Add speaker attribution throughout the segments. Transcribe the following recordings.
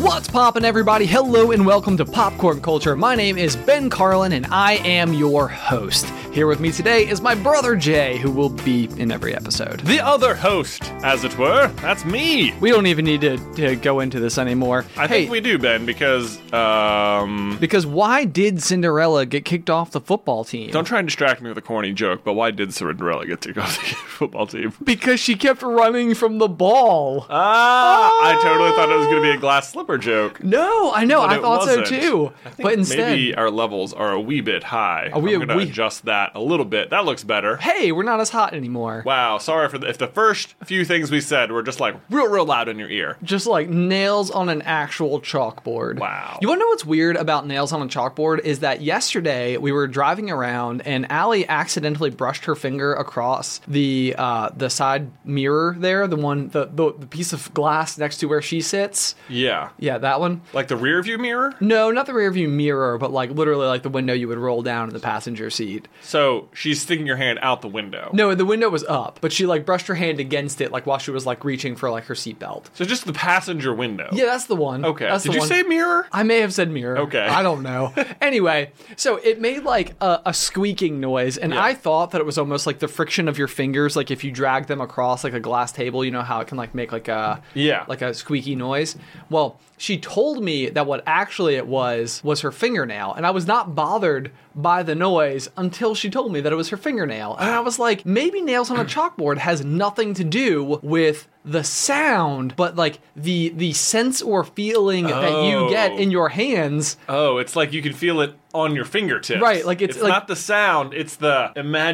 Speaker 1: What's poppin', everybody? Hello and welcome to Popcorn Culture. My name is Ben Carlin and I am your host. Here with me today is my brother Jay, who will be in every episode.
Speaker 2: The other host, as it were, that's me.
Speaker 1: We don't even need to, to go into this anymore.
Speaker 2: I
Speaker 1: hey,
Speaker 2: think we do, Ben, because um,
Speaker 1: because why did Cinderella get kicked off the football team?
Speaker 2: don't try and distract me with a corny joke. But why did Cinderella get to go to the football team?
Speaker 1: because she kept running from the ball.
Speaker 2: Ah, I totally thought it was going to be a glass slipper joke.
Speaker 1: no, I know.
Speaker 2: but
Speaker 1: I
Speaker 2: it
Speaker 1: thought
Speaker 2: wasn't.
Speaker 1: so too.
Speaker 2: I think
Speaker 1: But instead,
Speaker 2: maybe our levels are a wee bit high.
Speaker 1: we-
Speaker 2: I'm gonna
Speaker 1: we-
Speaker 2: adjust that a little bit. That looks better.
Speaker 1: hey, we're not as hot anymore.
Speaker 2: Wow, sorry for the, if the first few things we said were just like real, real loud in your ear.
Speaker 1: just like nails on an actual chalkboard.
Speaker 2: Wow.
Speaker 1: You want to know what's weird about nails on a chalkboard is that yesterday we were driving around and Allie accidentally brushed her finger across the uh, the side mirror there, the one the, the the piece of glass next to where she sits.
Speaker 2: Yeah,
Speaker 1: Yeah, that one.
Speaker 2: like the rear view mirror.
Speaker 1: No, not the rearview mirror, but like literally like the window you would roll down in the passenger seat.
Speaker 2: So she's sticking your hand out the window.
Speaker 1: No, the window was up, but she like brushed her hand against it like while she was like reaching for like her seatbelt.
Speaker 2: So just the passenger window.
Speaker 1: Yeah, that's the one.
Speaker 2: Okay.
Speaker 1: That's
Speaker 2: Did
Speaker 1: the
Speaker 2: you
Speaker 1: one.
Speaker 2: say mirror?
Speaker 1: I may have said mirror.
Speaker 2: Okay.
Speaker 1: I don't know. anyway, so it made like a, a squeaking noise, and I thought that it was almost like the friction of your fingers, like if you drag them across like a glass table, you know how it can like make like a
Speaker 2: Yeah.
Speaker 1: like a squeaky noise. Well, she told me that what actually it was was her fingernail, and I was not bothered by the noise until she told me that it was her fingernail, and I was like, maybe nails on a chalkboard has nothing to do with the sound but like the the sense or feeling that you get
Speaker 2: Oh.
Speaker 1: in your hands
Speaker 2: Oh, it's like you can feel it on your fingertips.
Speaker 1: Right, like it's like-
Speaker 2: not the sound, it's the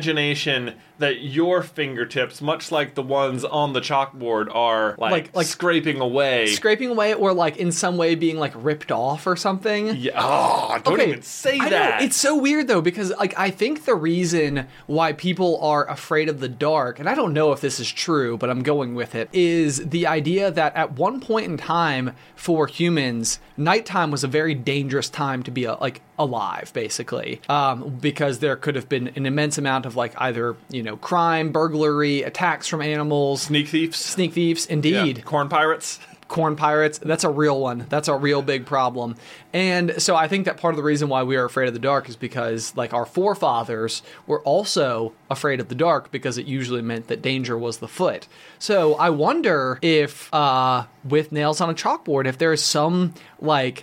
Speaker 2: imagination that your fingertips, much like the ones on the chalkboard, are like,
Speaker 1: Like- like-
Speaker 2: scraping away.
Speaker 1: scraping away or like in some way being like ripped off or something.
Speaker 2: yeah. Oh, don't even say
Speaker 1: I know,
Speaker 2: that.
Speaker 1: It's so weird though because like I think the reason why people are afraid of the dark, and I don't know if this is true, but I'm going with it, is the idea that at one point in time for humans, nighttime was a very dangerous time to be uh, like alive, basically, um, because there could have been an immense amount of like either you know crime, burglary, attacks from animals,
Speaker 2: sneak thieves. Sneak
Speaker 1: sneak thieves, indeed
Speaker 2: Corn pirates.
Speaker 1: corn pirates that's a real one that's a real big problem and so i think that part of the reason why we are afraid of the dark is because like our forefathers were also afraid of the dark because it usually meant that danger was the foot so i wonder if uh with nails on a chalkboard if there is some like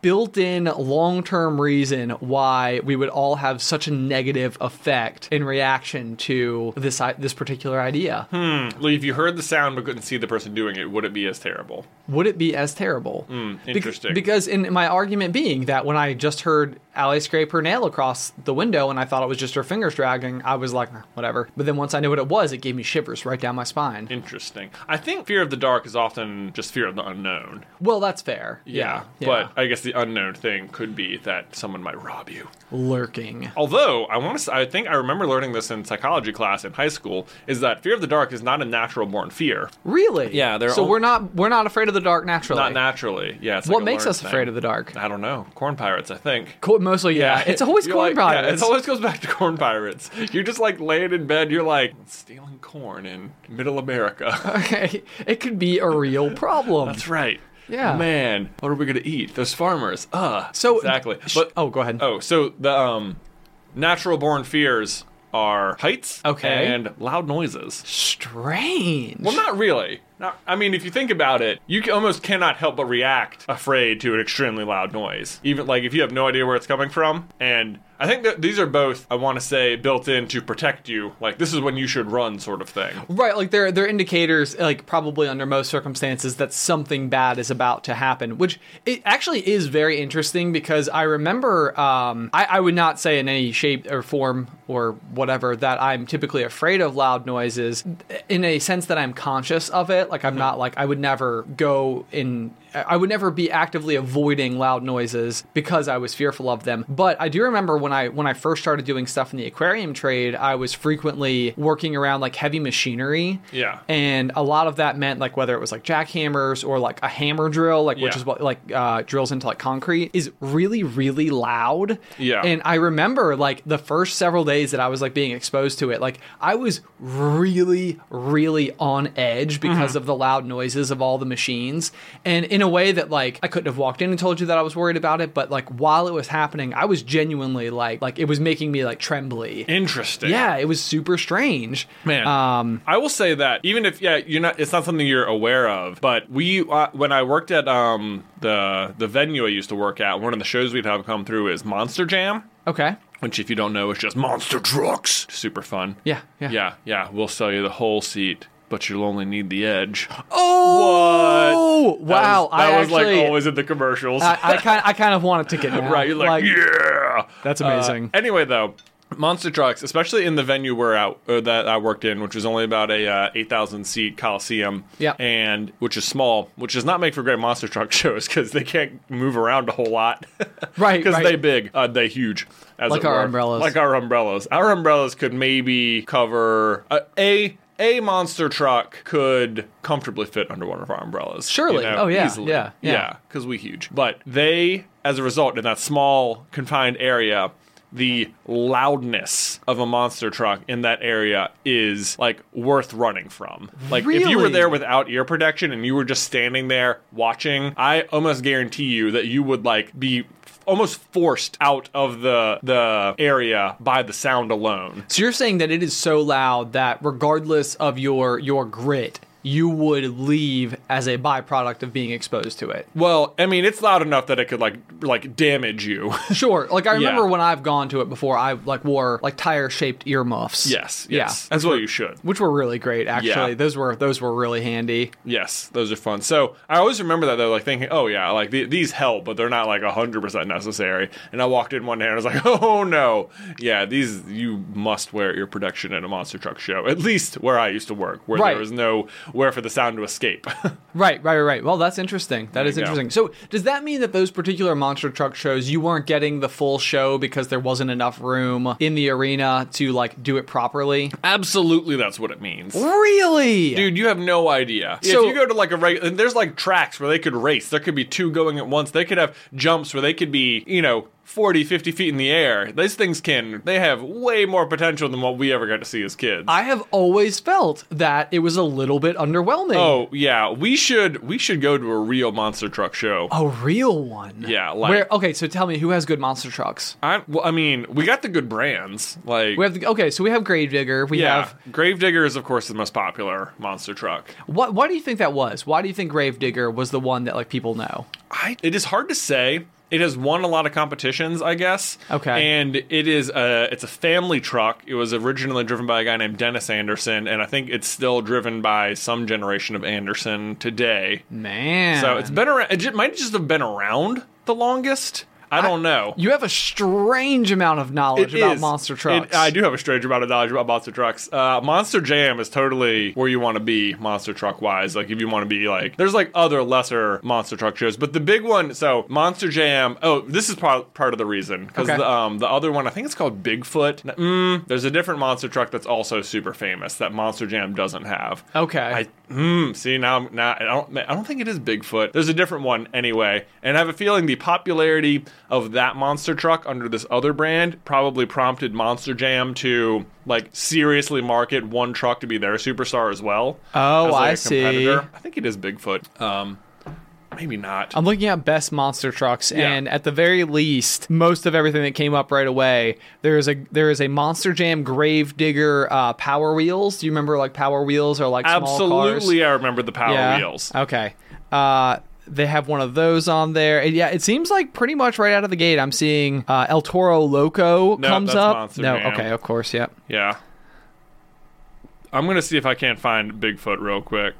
Speaker 1: built-in long-term reason why we would all have such a negative effect in reaction to this i- this particular idea
Speaker 2: Like, if you heard the sound but couldn't see the person doing it, would it be as terrible?
Speaker 1: would it be as terrible? Bec-
Speaker 2: Hmm, interesting.
Speaker 1: because in my argument being that when I just heard Allie scrape her nail across the window and I thought it was just her fingers dragging, I was like, "Eh, whatever. But then once I knew what it was, it gave me shivers right down my spine.
Speaker 2: Interesting. I think fear of the dark is often just fear of the unknown.
Speaker 1: well, that's fair. Yeah.
Speaker 2: But I guess the unknown thing could be that someone might rob you.
Speaker 1: lurking.
Speaker 2: Although I want to, I think I remember learning this in psychology class in high school is that fear of the dark is not a natural born fear,
Speaker 1: Really?
Speaker 2: Yeah, they're
Speaker 1: so
Speaker 2: all-
Speaker 1: we're not we're not afraid of the dark naturally.
Speaker 2: not naturally. Yeah. It's
Speaker 1: What
Speaker 2: like a
Speaker 1: makes
Speaker 2: learned
Speaker 1: us afraid
Speaker 2: thing.
Speaker 1: of the dark?
Speaker 2: I don't know. Corn pirates, I think.
Speaker 1: Co- mostly, yeah. It's always
Speaker 2: You're
Speaker 1: corn
Speaker 2: like- yeah,
Speaker 1: pirates.
Speaker 2: it always goes back to corn pirates. You're just like laying in bed. You're like stealing corn in middle America.
Speaker 1: okay. It could be a real problem.
Speaker 2: That's right.
Speaker 1: Yeah.
Speaker 2: Man, what are we gonna eat? Those farmers. Ugh.
Speaker 1: So
Speaker 2: exactly.
Speaker 1: sh-
Speaker 2: But
Speaker 1: oh, go ahead.
Speaker 2: oh, so the um, natural born fears are heights.
Speaker 1: Okay.
Speaker 2: And loud noises.
Speaker 1: strange.
Speaker 2: Well, not really. Not, I mean, if you think about it, you ca- almost cannot help but react afraid to an extremely loud noise. Even like if you have no idea where it's coming from. And I think that these are both, I want to say, built in to protect you. Like, this is when you should run, sort of thing.
Speaker 1: Right, like they're they're indicators, like probably under most circumstances, that something bad is about to happen. Which it actually is very interesting because I remember um, I, I would not say in any shape or form or whatever that I'm typically afraid of loud noises, in a sense that I'm conscious of it. Like I'm not like I would never go in. I would never be actively avoiding loud noises because I was fearful of them. But I do remember when I when I first started doing stuff in the aquarium trade, I was frequently working around like heavy machinery.
Speaker 2: Yeah.
Speaker 1: And a lot of that meant like whether it was like jackhammers or like a hammer drill, like which
Speaker 2: Yeah.
Speaker 1: is what like uh, drills into like concrete, is really really loud.
Speaker 2: Yeah.
Speaker 1: And I remember like the first several days that I was like being exposed to it, like I was really really on edge because
Speaker 2: Mm-hmm.
Speaker 1: of the loud noises of all the machines, and in a way that like I couldn't have walked in and told you that I was worried about it, but like while it was happening, I was genuinely like like it was making me like trembly.
Speaker 2: Interesting.
Speaker 1: Yeah, it was super strange.
Speaker 2: Man,
Speaker 1: Um,
Speaker 2: I will say that even if yeah, you're not, it's not something you're aware of. But we, uh, when I worked at um the the venue I used to work at, one of the shows we'd have come through is Monster Jam.
Speaker 1: Uh, okay.
Speaker 2: which if you don't know is just monster trucks super fun
Speaker 1: Yeah, yeah.
Speaker 2: yeah yeah we'll sell you the whole seat but you'll only need the edge
Speaker 1: Oh
Speaker 2: What?
Speaker 1: wow!
Speaker 2: that
Speaker 1: I
Speaker 2: was, that was
Speaker 1: actually,
Speaker 2: like always in the commercials
Speaker 1: I, I kind, I kind of want a ticket now.
Speaker 2: right you're like, yeah
Speaker 1: That's
Speaker 2: Uh,
Speaker 1: amazing.
Speaker 2: anyway though monster trucks especially in the venue we're out uh, that i worked in which was only about a uh, 8000 seat coliseum
Speaker 1: Yeah.
Speaker 2: and which is small which does not make for great monster truck shows because they can't move around a whole lot
Speaker 1: Right,
Speaker 2: because
Speaker 1: right.
Speaker 2: they big uh, they huge as
Speaker 1: Like
Speaker 2: it
Speaker 1: our
Speaker 2: were.
Speaker 1: umbrellas.
Speaker 2: like our umbrellas our umbrellas could maybe cover uh, a a monster truck could comfortably fit under one of our umbrellas. you
Speaker 1: Surely.
Speaker 2: know,
Speaker 1: Oh, yeah,
Speaker 2: easily.
Speaker 1: yeah, yeah.
Speaker 2: yeah because we huge. But they, as a result, in that small confined area, the loudness of a monster truck in that area is like worth running from. Like if you were
Speaker 1: Really?
Speaker 2: there without ear protection and you were just standing there watching, I almost guarantee you that you would like be f- almost forced out of the the area by the sound alone.
Speaker 1: So you're saying that it is so loud that regardless of your your grit, you would leave as a byproduct of being exposed to it.
Speaker 2: Well, I mean, it's loud enough that it could like like damage you.
Speaker 1: Sure. Like I remember
Speaker 2: Yeah.
Speaker 1: when I've gone to it before, I like wore like tire shaped earmuffs.
Speaker 2: yes, yes.
Speaker 1: Yeah.
Speaker 2: As well you should.
Speaker 1: Which were really great, actually.
Speaker 2: Yeah.
Speaker 1: Those were those were really handy.
Speaker 2: Yes, those are fun. So I always remember that though, like thinking, oh yeah, like the, these help, but they're not like hundred percent necessary. And I walked in one day and I was like, oh no, yeah, these you must wear ear protection at a monster truck show, at least where I used to work, where
Speaker 1: Right.
Speaker 2: there was no where for the sound to escape.
Speaker 1: Right, right, right, right. Well, that's interesting. That is
Speaker 2: you go.
Speaker 1: interesting. So, does that mean that those particular monster truck shows you weren't getting the full show because there wasn't enough room in the arena to like do it properly?
Speaker 2: Absolutely, that's what it means.
Speaker 1: Really?
Speaker 2: Dude, you have no idea.
Speaker 1: So-
Speaker 2: if you go to like a regular, there's like tracks where they could race. There could be two going at once. They could have jumps where they could be, you know, 40, 50 feet in the air. These things can, they have way more potential than what we ever got to see as kids.
Speaker 1: I have always felt that it was a little bit underwhelming.
Speaker 2: oh yeah, we should we should go to a real monster truck show.
Speaker 1: A real one.
Speaker 2: Yeah, like-
Speaker 1: Where okay, so tell me who has good monster trucks?
Speaker 2: I, well, I mean, we got the good brands. Like
Speaker 1: We have the, okay, so we have Gravedigger. We
Speaker 2: yeah,
Speaker 1: have
Speaker 2: Gravedigger is of course the most popular monster truck.
Speaker 1: what why do you think that was? Why do you think Gravedigger was the one that like people know?
Speaker 2: I, it is hard to say. It has won a lot of competitions, I guess.
Speaker 1: Okay.
Speaker 2: And it is a it's a family truck. It was originally driven by a guy named Dennis Anderson, and I think it's still driven by some generation of Anderson today.
Speaker 1: Man.
Speaker 2: So it's been around. It ju- might just have been around the longest. I don't know.
Speaker 1: You have a strange amount of knowledge
Speaker 2: It
Speaker 1: about
Speaker 2: is.
Speaker 1: monster
Speaker 2: It-
Speaker 1: trucks.
Speaker 2: I do have a strange amount of knowledge about monster trucks. Uh, monster Jam is totally where you want to be monster truck wise. Like if you want to be like, there's like other lesser monster truck shows, but the big one. So Monster Jam. Oh, this is part part of the reason because
Speaker 1: Okay.
Speaker 2: the, um, the other one I think it's called Bigfoot. Mm, there's a different monster truck that's also super famous that Monster Jam doesn't have.
Speaker 1: Okay.
Speaker 2: I Hmm. See now, I'm- now I don't. I don't think it is Bigfoot. There's a different one anyway, and I have a feeling the popularity of that monster truck under this other brand probably prompted Monster Jam to like seriously market one truck to be their superstar as well.
Speaker 1: Oh,
Speaker 2: as, like,
Speaker 1: I
Speaker 2: a
Speaker 1: see.
Speaker 2: competitor. I think it is Bigfoot. Um, maybe not.
Speaker 1: I'm looking at best monster trucks, and at the very least, most of everything that came up right away. There is a there is a Monster Jam Grave Digger uh, Power Wheels. Do you remember like Power Wheels or like small cars?
Speaker 2: Absolutely, I remember the Power
Speaker 1: yeah.
Speaker 2: Wheels.
Speaker 1: Okay. Uh, they have one of those on there. And yeah, it seems like pretty much right out of the gate, I'm seeing uh, El Toro Loco
Speaker 2: No,
Speaker 1: comes
Speaker 2: that's
Speaker 1: up.
Speaker 2: Monster
Speaker 1: no,
Speaker 2: Jam.
Speaker 1: okay, of course, yeah.
Speaker 2: Yeah. I'm gonna see if I can't find Bigfoot real quick.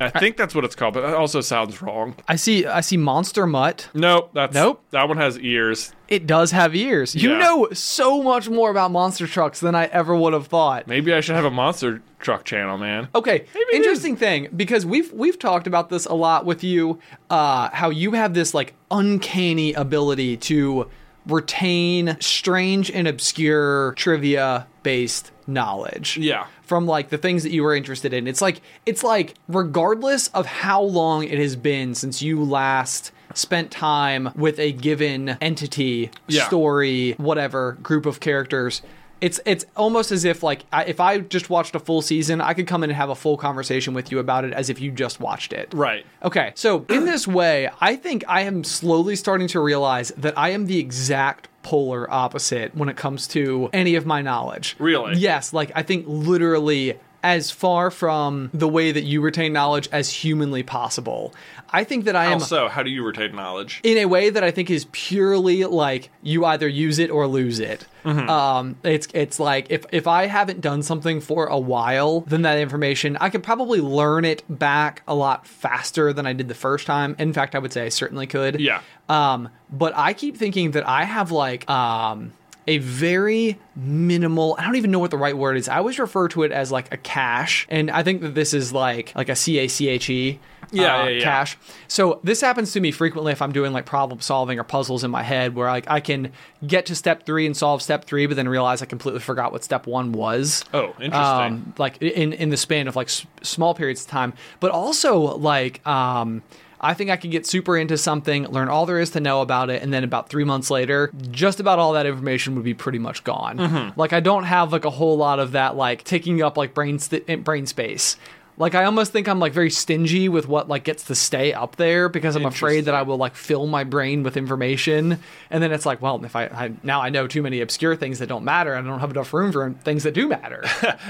Speaker 2: I think that's what it's called, but that also sounds wrong.
Speaker 1: I see. I see Monster Mutt.
Speaker 2: Nope, that's
Speaker 1: Nope.
Speaker 2: That one has ears.
Speaker 1: It does have ears. You
Speaker 2: Yeah.
Speaker 1: know so much more about monster trucks than I ever would have thought.
Speaker 2: Maybe I should have a monster truck channel, man.
Speaker 1: Okay,
Speaker 2: it
Speaker 1: interesting thing because we've we've talked about this a lot with you. Uh, how you have this like uncanny ability to retain strange and obscure trivia based knowledge.
Speaker 2: Yeah.
Speaker 1: From like the things that you were interested in. It's like it's like regardless of how long it has been since you last spent time with a given entity,
Speaker 2: Yeah.
Speaker 1: story, whatever group of characters. It's it's almost as if like I, if I just watched a full season, I could come in and have a full conversation with you about it as if you just watched it.
Speaker 2: Right.
Speaker 1: Okay, so in this way, I think I am slowly starting to realize that I am the exact polar opposite when it comes to any of my knowledge.
Speaker 2: Really?
Speaker 1: Yes, like I think literally as far from the way that you retain knowledge as humanly possible. I think that I am
Speaker 2: Also, how do you retain knowledge?
Speaker 1: in a way that I think is purely like you either use it or lose it. Um, it's it's like if if I haven't done something for a while, then that information I could probably learn it back a lot faster than I did the first time. In fact, I would say I certainly could.
Speaker 2: Yeah.
Speaker 1: Um, but I keep thinking that I have like um a very minimal I don't even know what the right word is. I always refer to it as like a cache, and I think that this is like like a C A C H E.
Speaker 2: Yeah, yeah, yeah.
Speaker 1: cache. So this happens to me frequently if I'm doing like problem solving or puzzles in my head where like I can get to step 3 and solve step 3 but then realize I completely forgot what step 1 was Um,
Speaker 2: Oh, interesting.
Speaker 1: like in in the span of like s- small periods of time, but also like um. I think I could get super into something, learn all there is to know about it, and then about three months later, just about all that information would be pretty much gone. Like I don't have like a whole lot of that like taking up like brain st- eh, brain space. Like I almost think I'm like very stingy with what like gets to stay up there because I'm afraid that I will like fill my brain with information, and then it's like, well, if I, I now I know too many obscure things that don't matter, and I don't have enough room for things that do matter.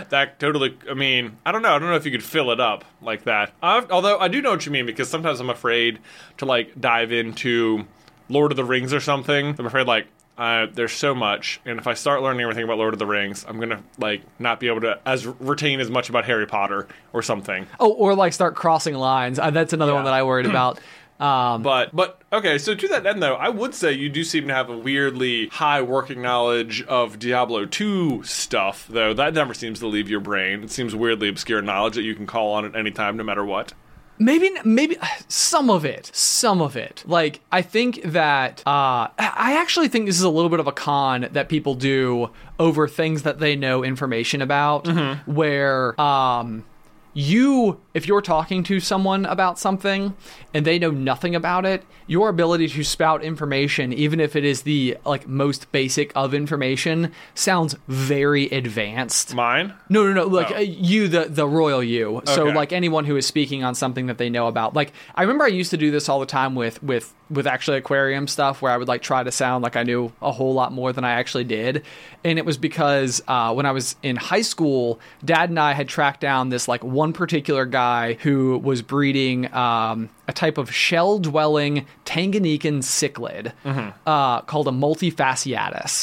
Speaker 2: that totally i mean i don't know i don't know if you could fill it up like that I've, although i do know what you mean because sometimes i'm afraid to like dive into lord of the rings or something i'm afraid like uh, there's so much and if i start learning everything about lord of the rings i'm gonna like not be able to as retain as much about harry potter or something
Speaker 1: Oh, or like start crossing lines. Uh, that's another one that I worried about. Um,
Speaker 2: but but okay so to that end though i would say you do seem to have a weirdly high working knowledge of diablo 2 stuff though that never seems to leave your brain it seems weirdly obscure knowledge that you can call on at any time no matter what
Speaker 1: maybe, maybe some of it, some of it. Like I think that uh, I actually think this is a little bit of a con that people do over things that they know information about, where um, you, if you're talking to someone about something and they know nothing about it, your ability to spout information, even if it is the like most basic of information, sounds very advanced.
Speaker 2: Mine?
Speaker 1: No, no, no. Like
Speaker 2: Oh.
Speaker 1: uh, you, the the royal you. So
Speaker 2: Okay.
Speaker 1: like anyone who is speaking on something that they know about. Like I remember I used to do this all the time with with with actually aquarium stuff, where I would like try to sound like I knew a whole lot more than I actually did, and it was because uh, when I was in high school, Dad and I had tracked down this like one particular guy who was breeding um, a type of shell dwelling Tanganyikan cichlid uh, called a multifasciatus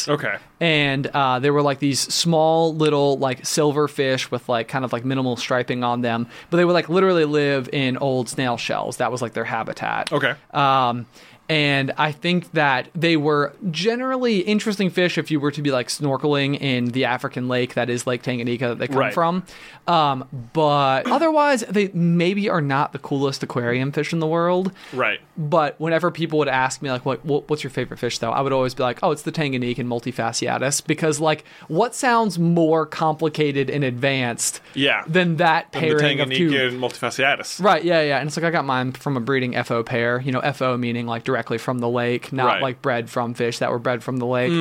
Speaker 2: Mm-hmm. Okay.
Speaker 1: and uh, there were like these small little like silver fish with like kind of like minimal striping on them but they would like literally live in old snail shells that was like their habitat
Speaker 2: Okay.
Speaker 1: um, And I think that they were generally interesting fish if you were to be like snorkeling in the African lake that is Lake Tanganyika that they come
Speaker 2: Right.
Speaker 1: from. Um, but otherwise, they maybe are not the coolest aquarium fish in the world.
Speaker 2: Right.
Speaker 1: But whenever people would ask me like, "What what- what's your favorite fish?" though, I would always be like, "Oh, it's the Tanganyikan multifasciatus," because like, what sounds more complicated and advanced?
Speaker 2: Yeah.
Speaker 1: Than that
Speaker 2: And the
Speaker 1: pairing of two.
Speaker 2: Tanganyikan multifasciatus.
Speaker 1: Right, yeah, yeah. And it's like I got mine from a breeding FO pair. You know, FO meaning like directly from the lake, not
Speaker 2: Right. Hmm.
Speaker 1: like bred from fish that were bred from the lake.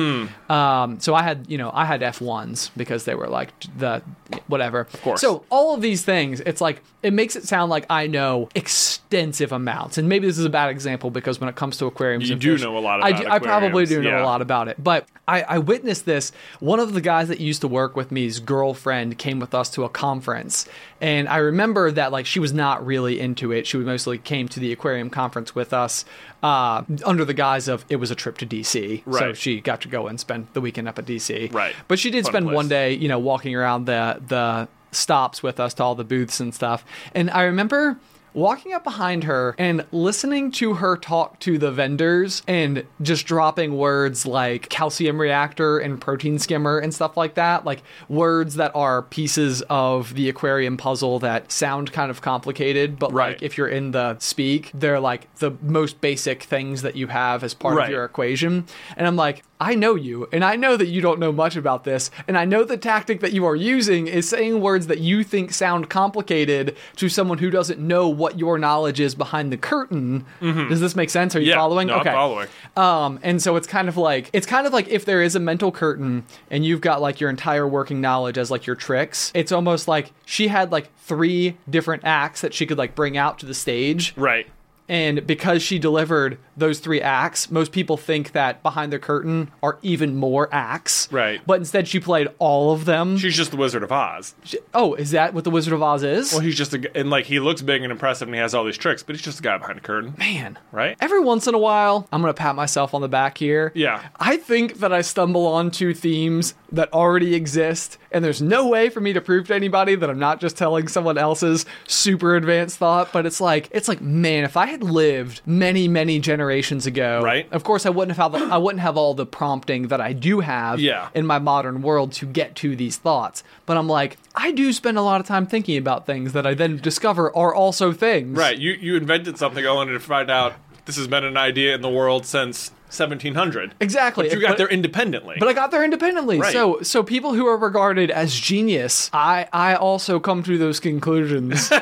Speaker 1: Um, so I had, you know, I had F1s because they were like the whatever. Of
Speaker 2: course.
Speaker 1: So all of these things, it's like it makes it sound like I know extensive amounts. And maybe this is a bad example because when it comes to aquariums,
Speaker 2: You
Speaker 1: and
Speaker 2: do
Speaker 1: fish,
Speaker 2: know a lot
Speaker 1: I,
Speaker 2: about
Speaker 1: do, I probably
Speaker 2: aquariums,
Speaker 1: do know
Speaker 2: yeah.
Speaker 1: a lot about it. But I, I witnessed this. One of the guys that used to work with me's girlfriend came with us to a conference, and I remember that like she was not really into it. She mostly came to the aquarium conference with us uh, under the guise of it was a trip to DC, so
Speaker 2: Right.
Speaker 1: she got to go and spend the weekend up at DC.
Speaker 2: Right.
Speaker 1: but she did
Speaker 2: Fun
Speaker 1: spend
Speaker 2: place.
Speaker 1: one day day, you know, walking around the the stops with us to all the booths and stuff. And I remember walking up behind her and listening to her talk to the vendors and just dropping words like calcium reactor and protein skimmer and stuff like that, like words that are pieces of the aquarium puzzle that sound kind of complicated, but
Speaker 2: Right.
Speaker 1: like if you're in the speak, they're like the most basic things that you have as part
Speaker 2: Right.
Speaker 1: of your equation. And I'm like, I know you, and I know that you don't know much about this, and I know the tactic that you are using is saying words that you think sound complicated to someone who doesn't know what your knowledge is behind the curtain. Does this make sense? Are
Speaker 2: Mm-hmm.
Speaker 1: you
Speaker 2: Yeah.
Speaker 1: following?
Speaker 2: No, I'm following.
Speaker 1: Um, and so it's kind of like it's kind of like if there is a mental curtain and you've got like your entire working knowledge as like your tricks. It's almost like she had like three different acts that she could like bring out to the stage.
Speaker 2: Right.
Speaker 1: And because she delivered those three acts, most people think that behind the curtain are even more acts.
Speaker 2: Right.
Speaker 1: But instead, she played all of them.
Speaker 2: She's just the Wizard of Oz.
Speaker 1: oh, is that what the Wizard of Oz is?
Speaker 2: Well, he's just a g and like he looks big and impressive and he has all these tricks, but he's just a guy behind a curtain.
Speaker 1: Man.
Speaker 2: Right?
Speaker 1: Every once in a while, I'm going to pat myself on the back here.
Speaker 2: Yeah.
Speaker 1: I think that I stumble onto themes that already exist, and there's no way for me to prove to anybody that I'm not just telling someone else's super advanced thought, but it's like it's like man, if I had lived many, many generations ago,
Speaker 2: Right.
Speaker 1: Of course I wouldn't have had the- I wouldn't have all the prompting that I do have
Speaker 2: Yeah.
Speaker 1: in my modern world to get to these thoughts. But I'm like, I do spend a lot of time thinking about things that I then discover are also things.
Speaker 2: Right. You you invented something. I wanted to find out. This has been an idea in the world since 1700.
Speaker 1: Exactly.
Speaker 2: But you got
Speaker 1: But-
Speaker 2: there independently.
Speaker 1: But I got there independently.
Speaker 2: Right.
Speaker 1: So so people who are regarded as genius, I I also come to those conclusions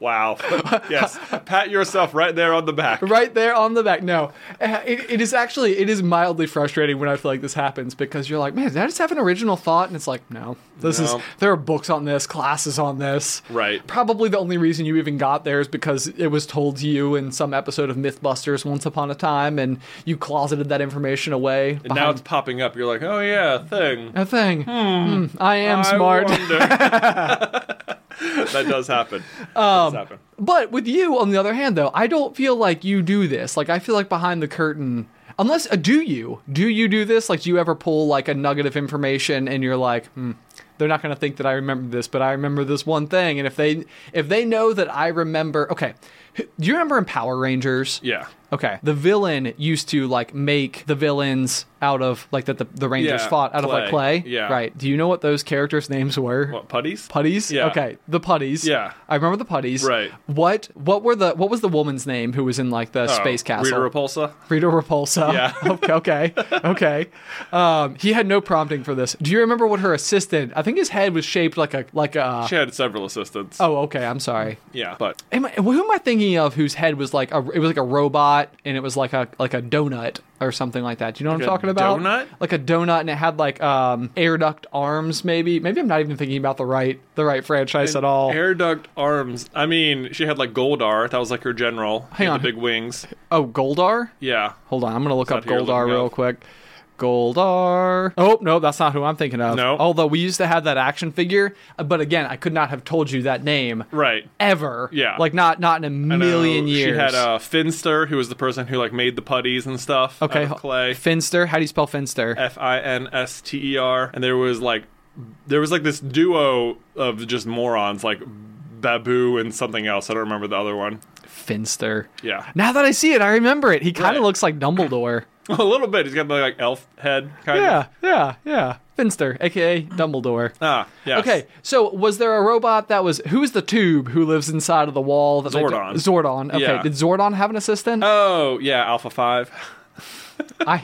Speaker 2: wow. yes. Pat yourself right there on the back.
Speaker 1: right there on the back. No, Uh, it, it is actually it is mildly frustrating when I feel like this happens because you're like, man, did I just have an original thought? And it's like, no, this
Speaker 2: No.
Speaker 1: is there are books on this, classes on this.
Speaker 2: Right.
Speaker 1: Probably the only reason you even got there is because it was told to you in some episode of MythBusters once upon a time, and you closeted that information away.
Speaker 2: And now it's popping up. You're like, oh yeah, thing.
Speaker 1: a thing. Hmm, I am smart.
Speaker 2: I wonder. that does happen. that
Speaker 1: Um,
Speaker 2: does happen.
Speaker 1: But with you, on the other hand, though, I don't feel like you do this. Like I feel like behind the curtain, unless uh, do you do you do this? Like do you ever pull like a nugget of information and you're like, hmm, they're not gonna think that I remember this, but I remember this one thing. And if they if they know that I remember, okay, do you remember in Power Rangers?
Speaker 2: Yeah.
Speaker 1: Okay. The villain used to like make the villains out of like that the, the Rangers
Speaker 2: Yeah,
Speaker 1: fought out of like
Speaker 2: clay.
Speaker 1: clay.
Speaker 2: Yeah.
Speaker 1: Right. Do you know what those characters' names were?
Speaker 2: What putties?
Speaker 1: putties
Speaker 2: Yeah.
Speaker 1: okay the putties
Speaker 2: Yeah.
Speaker 1: i remember the putties
Speaker 2: Right.
Speaker 1: what what were the what was the woman's name who was in like the
Speaker 2: Oh,
Speaker 1: space castle
Speaker 2: Rita Repulsa.
Speaker 1: Rita repulsa
Speaker 2: Yeah.
Speaker 1: okay okay, okay. Um, he had no prompting for this do you remember what her assistant i think his head was shaped like a like a
Speaker 2: She had several assistants.
Speaker 1: oh okay i'm sorry
Speaker 2: yeah, but
Speaker 1: Am I, who am I thinking of? Whose head was like a it was like a robot, and it was like a like a donut or something like that. Do you know what
Speaker 2: a
Speaker 1: I'm talking about?
Speaker 2: donut?
Speaker 1: like a donut, and it had like um, air duct arms. Maybe maybe I'm not even thinking about the right the right franchise at all.
Speaker 2: Hair duct arms. I mean, she had like Goldar. That was like her general. She
Speaker 1: Hang
Speaker 2: had
Speaker 1: on.
Speaker 2: The big wings.
Speaker 1: oh, Goldar.
Speaker 2: Yeah.
Speaker 1: Hold on, I'm gonna look up
Speaker 2: who you're
Speaker 1: Goldar
Speaker 2: looking
Speaker 1: real
Speaker 2: up.
Speaker 1: quick. Goldar. Oh no, that's not who I'm thinking of.
Speaker 2: No.
Speaker 1: Although we used to have that action figure, uh, but again, I could not have told you that name
Speaker 2: Right.
Speaker 1: ever.
Speaker 2: Yeah.
Speaker 1: Like not not in a
Speaker 2: I know
Speaker 1: million years.
Speaker 2: She had uh, Finster, who was the person who like made the putties and stuff.
Speaker 1: okay.
Speaker 2: out of clay.
Speaker 1: Finster. How do you spell Finster?
Speaker 2: F I N S T E R, and there was like there was like this duo of just morons, like Babu and something else. I don't remember the other one.
Speaker 1: Finster.
Speaker 2: Yeah.
Speaker 1: Now that I see it, I remember it. He kind of
Speaker 2: Right.
Speaker 1: looks like Dumbledore.
Speaker 2: A little bit. He's got the like elf head kind of.
Speaker 1: Yeah, yeah, yeah. Finster, aka Dumbledore.
Speaker 2: Ah, yes.
Speaker 1: Okay, so was there a robot that was who's the tube who lives inside of the wall? That they-
Speaker 2: Zordon.
Speaker 1: Zordon. Okay,
Speaker 2: Yeah.
Speaker 1: did Zordon have an assistant?
Speaker 2: Oh yeah, Alpha Five.
Speaker 1: I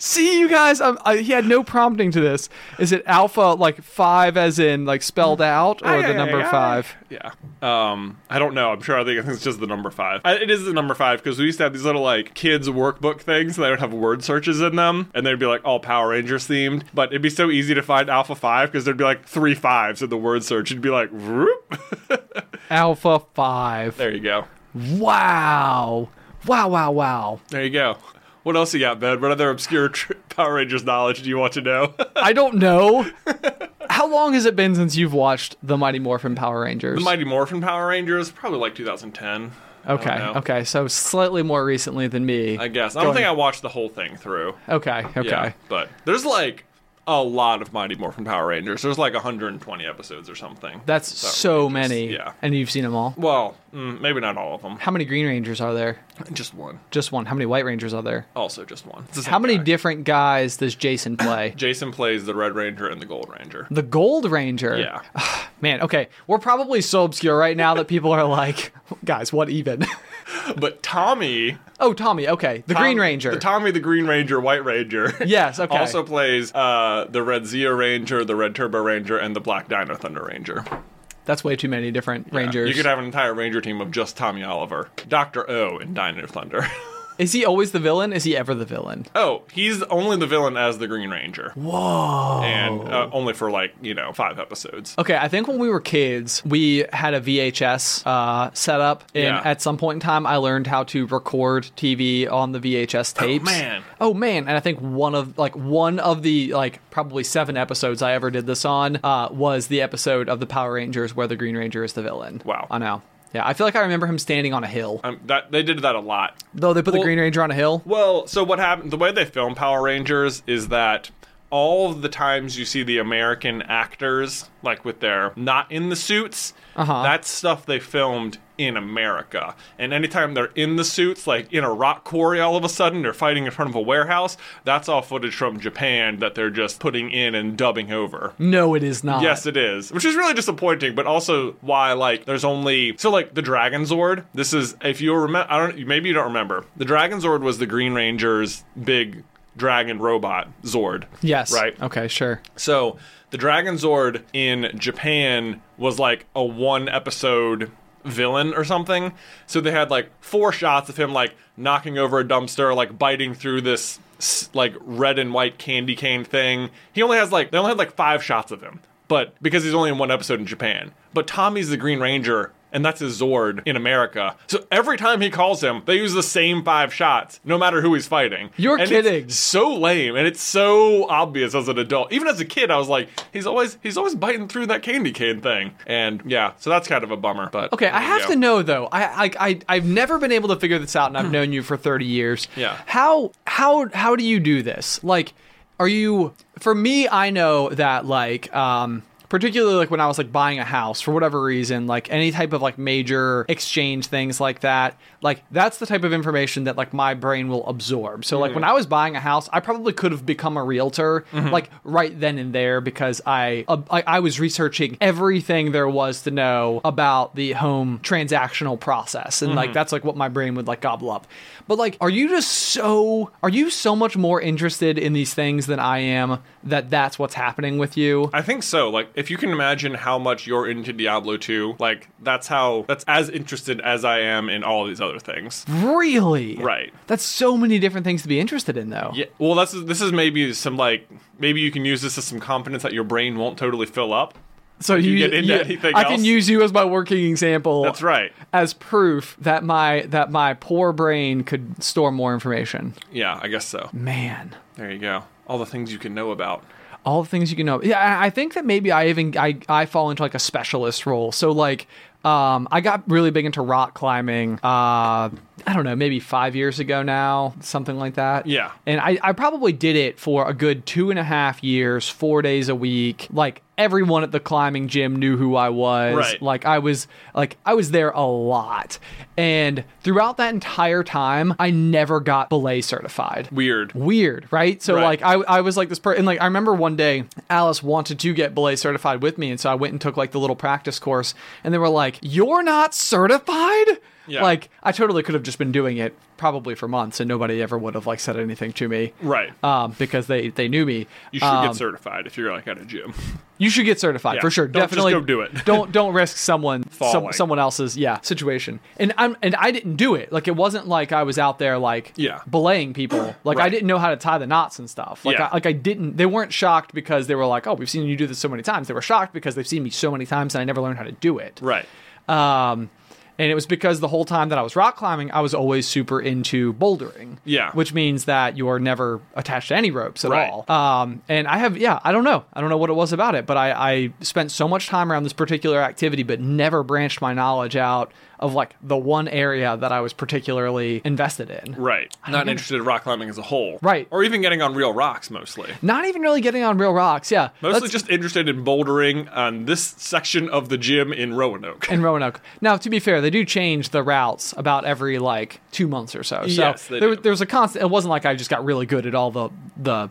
Speaker 1: see you guys. Um, I, he had no prompting to this. Is it Alpha like five as in like spelled out, or
Speaker 2: Aye,
Speaker 1: the
Speaker 2: aye,
Speaker 1: number
Speaker 2: aye, aye.
Speaker 1: five?
Speaker 2: Yeah. Um, I don't know. I'm sure. I think I think it's just the number five. I, it is the number five because we used to have these little like kids workbook things. They would have word searches in them, and they'd be like all Power Rangers themed. But it'd be so easy to find Alpha Five because there'd be like three fives in the word search. You'd be like, Whoop.
Speaker 1: Alpha five.
Speaker 2: there you go.
Speaker 1: Wow. Wow, wow, wow.
Speaker 2: There you go. What else you got, Ben? What other obscure tr- Power Rangers knowledge do you want to know?
Speaker 1: I don't know. How long has it been since you've watched The Mighty Morphin Power Rangers?
Speaker 2: the Mighty Morphin Power Rangers, probably like 2010. I don't
Speaker 1: okay,
Speaker 2: know.
Speaker 1: okay. So slightly more recently than me.
Speaker 2: I guess. I don't think I watched the whole thing through.
Speaker 1: Okay, okay.
Speaker 2: Yeah, but there's like a lot of Mighty Morphin Power Rangers. There's like 120 episodes or something.
Speaker 1: That's so, many.
Speaker 2: yeah.
Speaker 1: And you've seen them all.
Speaker 2: well, mm, maybe not all of them.
Speaker 1: How many Green Rangers are there?
Speaker 2: Just one.
Speaker 1: Just one. How many White Rangers are there?
Speaker 2: Also, just one. It's the same
Speaker 1: How many
Speaker 2: guy.
Speaker 1: different guys does Jason play?
Speaker 2: Jason plays the Red Ranger and the Gold Ranger.
Speaker 1: The Gold Ranger.
Speaker 2: Yeah.
Speaker 1: Man, okay. We're probably so obscure right now that people are like, guys, what even?
Speaker 2: But Tommy,
Speaker 1: oh, Tommy. Okay. The
Speaker 2: Tom-
Speaker 1: Green Ranger.
Speaker 2: the Tommy the Green Ranger, White Ranger.
Speaker 1: Yes, okay.
Speaker 2: Also plays uh, the Red Zeo Ranger, the Red Turbo Ranger, and the Black Dino Thunder Ranger.
Speaker 1: That's way too many different Rangers.
Speaker 2: You could have an entire Ranger team of just Tommy Oliver, Doctor O, and Dino Thunder.
Speaker 1: Is he always the villain? Is he ever the villain?
Speaker 2: Oh, he's only the villain as the Green Ranger. Whoa! And uh, only for like you know five episodes.
Speaker 1: Okay, I think when we were kids, we had a VHS uh, set up, and
Speaker 2: Yeah.
Speaker 1: at some point in time, I learned how to record TV on the VHS tapes.
Speaker 2: man.
Speaker 1: oh man! And I think one of like one of the like probably seven episodes I ever did this on uh, was the episode of the Power Rangers where the Green Ranger is the villain.
Speaker 2: Wow.
Speaker 1: I know. Yeah, I feel like I remember him standing on a hill.
Speaker 2: Um, that they did that a lot.
Speaker 1: Though they put the
Speaker 2: well-
Speaker 1: Green Ranger on a hill.
Speaker 2: Well, so what happened? The way they film Power Rangers is that all of the times you see the American actors, like with their not in the suits, uh-huh. that's stuff they filmed in America. And anytime they're in the suits, like in a rock quarry, all of a sudden they're fighting in front of a warehouse. That's all footage from Japan that they're just putting in and dubbing over.
Speaker 1: No, it is not.
Speaker 2: Yes, it is, which is really disappointing, but also why like there's only so like the Dragon Zord. This is if you remember, I don't maybe you don't remember. The Dragon Zord was the Green Ranger's big dragon robot Zord.
Speaker 1: Yes.
Speaker 2: right.
Speaker 1: Okay. Sure.
Speaker 2: So the Dragon Zord in Japan was like a one episode villain or something. So they had like four shots of him like knocking over a dumpster, like biting through this s- like red and white candy cane thing. He only has like they only had like five shots of him, but because he's only in one episode in Japan. But Tommy's the Green Ranger. And that's his Zord in America. So every time he calls him, they use the same five shots, no matter who he's fighting.
Speaker 1: You're
Speaker 2: And it's
Speaker 1: kidding.
Speaker 2: so lame and it's so obvious as an adult even as a kid i was like he's always he's always biting through that candy cane thing and yeah so that's kind of a bummer but uh, mm,
Speaker 1: Okay,
Speaker 2: there
Speaker 1: I
Speaker 2: you
Speaker 1: have
Speaker 2: go.
Speaker 1: to know though. I, I I I've never been able to figure this out, and I've known you for thirty years.
Speaker 2: Hmm. Yeah.
Speaker 1: How how how do you do this? Like, are you? For me, I know that like um. Particularly like when I was like buying a house for whatever reason, like any type of like major exchange things like that, like that's the type of information that like my brain will absorb. So like when
Speaker 2: Hmm.
Speaker 1: I was buying a house, I probably could have become a realtor
Speaker 2: Mm-hmm.
Speaker 1: like right then and there because I, uh, I I was researching everything there was to know about the home transactional process and
Speaker 2: Mm-hmm.
Speaker 1: like that's like what my brain would like gobble up. But like are you just so are you so much more interested in these things than I am that that's what's happening with you?
Speaker 2: I think so. Like, if you can imagine how much you're into Diablo 2, like, that's how, that's as interested as I am in all these other things.
Speaker 1: really?
Speaker 2: Right.
Speaker 1: That's so many different things to be interested in though.
Speaker 2: Yeah. Well, that's, this is maybe some, like, maybe you can use this as some confidence that your brain won't totally fill up.
Speaker 1: So you,
Speaker 2: get into
Speaker 1: you-
Speaker 2: anything
Speaker 1: I can
Speaker 2: else?
Speaker 1: use you as my working example.
Speaker 2: That's right.
Speaker 1: As proof that my that my poor brain could store more information.
Speaker 2: Yeah, I guess so.
Speaker 1: Man,
Speaker 2: There you go. All the things you can know about.
Speaker 1: all the things you can know. Yeah, I I think that maybe I even I I fall into like a specialist role. So like Um, I got really big into rock climbing. Uh, I don't know, maybe five years ago now, something like that.
Speaker 3: Yeah.
Speaker 1: and I, I probably did it for a good two and a half years, four days a week. Like everyone at the climbing gym knew who I was.
Speaker 3: Right.
Speaker 1: Like I was like I was there a lot, and throughout that entire time, I never got belay certified
Speaker 3: Weird.
Speaker 1: weird, right? So
Speaker 3: Right.
Speaker 1: like I, I was like this person. Like I remember one day Alice wanted to get belay certified with me, and so I went and took like the little practice course, and they were like, "You're not certified."
Speaker 3: Yeah.
Speaker 1: Like I totally could have just been doing it probably for months, and nobody ever would have like said anything to me,
Speaker 3: Right.
Speaker 1: Um, because they they knew me.
Speaker 3: You should
Speaker 1: Um,
Speaker 3: get certified if you're like at a gym.
Speaker 1: you should get certified
Speaker 3: Yeah.
Speaker 1: for sure.
Speaker 3: Don't just
Speaker 1: Definitely
Speaker 3: go do it.
Speaker 1: don't don't risk someone some,
Speaker 3: Falling.
Speaker 1: someone else's yeah situation. And I'm and I didn't do it. Like it wasn't like I was out there like
Speaker 3: Yeah.
Speaker 1: belaying people. Like I
Speaker 3: Right.
Speaker 1: didn't know how to tie the knots and stuff. Like
Speaker 3: Yeah.
Speaker 1: I, like I didn't. They weren't shocked because they were like, oh, we've seen you do this so many times. They were shocked because they've seen me so many times and I never learned how to do it.
Speaker 3: Right.
Speaker 1: Um, and it was because the whole time that I was rock climbing, I was always super into bouldering.
Speaker 3: Yeah.
Speaker 1: Which means that you are never attached to any ropes at
Speaker 3: Right.
Speaker 1: all. Um, and I have, yeah, I don't know. I don't know what it was about it, but I, I spent so much time around this particular activity, but never branched my knowledge out of like the one area that I was particularly invested in.
Speaker 3: Right. Not interested in rock climbing as a whole.
Speaker 1: Right.
Speaker 3: Or even getting on real rocks mostly.
Speaker 1: Not even really getting on real rocks. Yeah.
Speaker 3: Mostly
Speaker 1: Let's-
Speaker 3: just interested in bouldering on this section of the gym in Roanoke.
Speaker 1: in Roanoke. Now, to be fair, they do change the routes about every like two months or so. So
Speaker 3: Yes, they
Speaker 1: there,
Speaker 3: do.
Speaker 1: was- there was a constant. It wasn't like I just got really good at all the the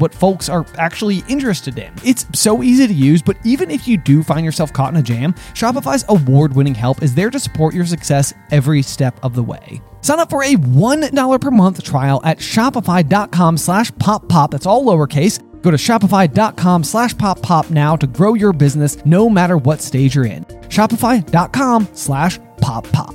Speaker 4: what folks are actually interested in. It's so easy to use, but even if you do find yourself caught in a jam, Shopify's award winning help is there to support your success every step of the way. Sign up for a $1 per month trial at shopify.com slash pop pop. That's all lowercase. Go to shopify.com slash pop pop now to grow your business no matter what stage you're in. Shopify.com slash pop pop.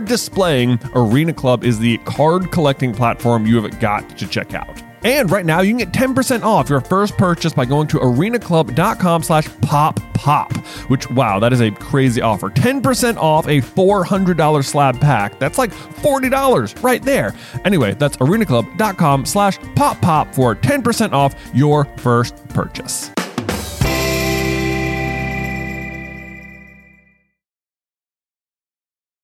Speaker 2: displaying, Arena Club is the card collecting platform you have got to check out. And right now you can get 10% off your first purchase by going to arenaclub.com slash pop pop, which wow, that is a crazy offer. 10% off a $400 slab pack. That's like $40 right there. Anyway, that's arenaclub.com slash pop pop for 10% off your first purchase.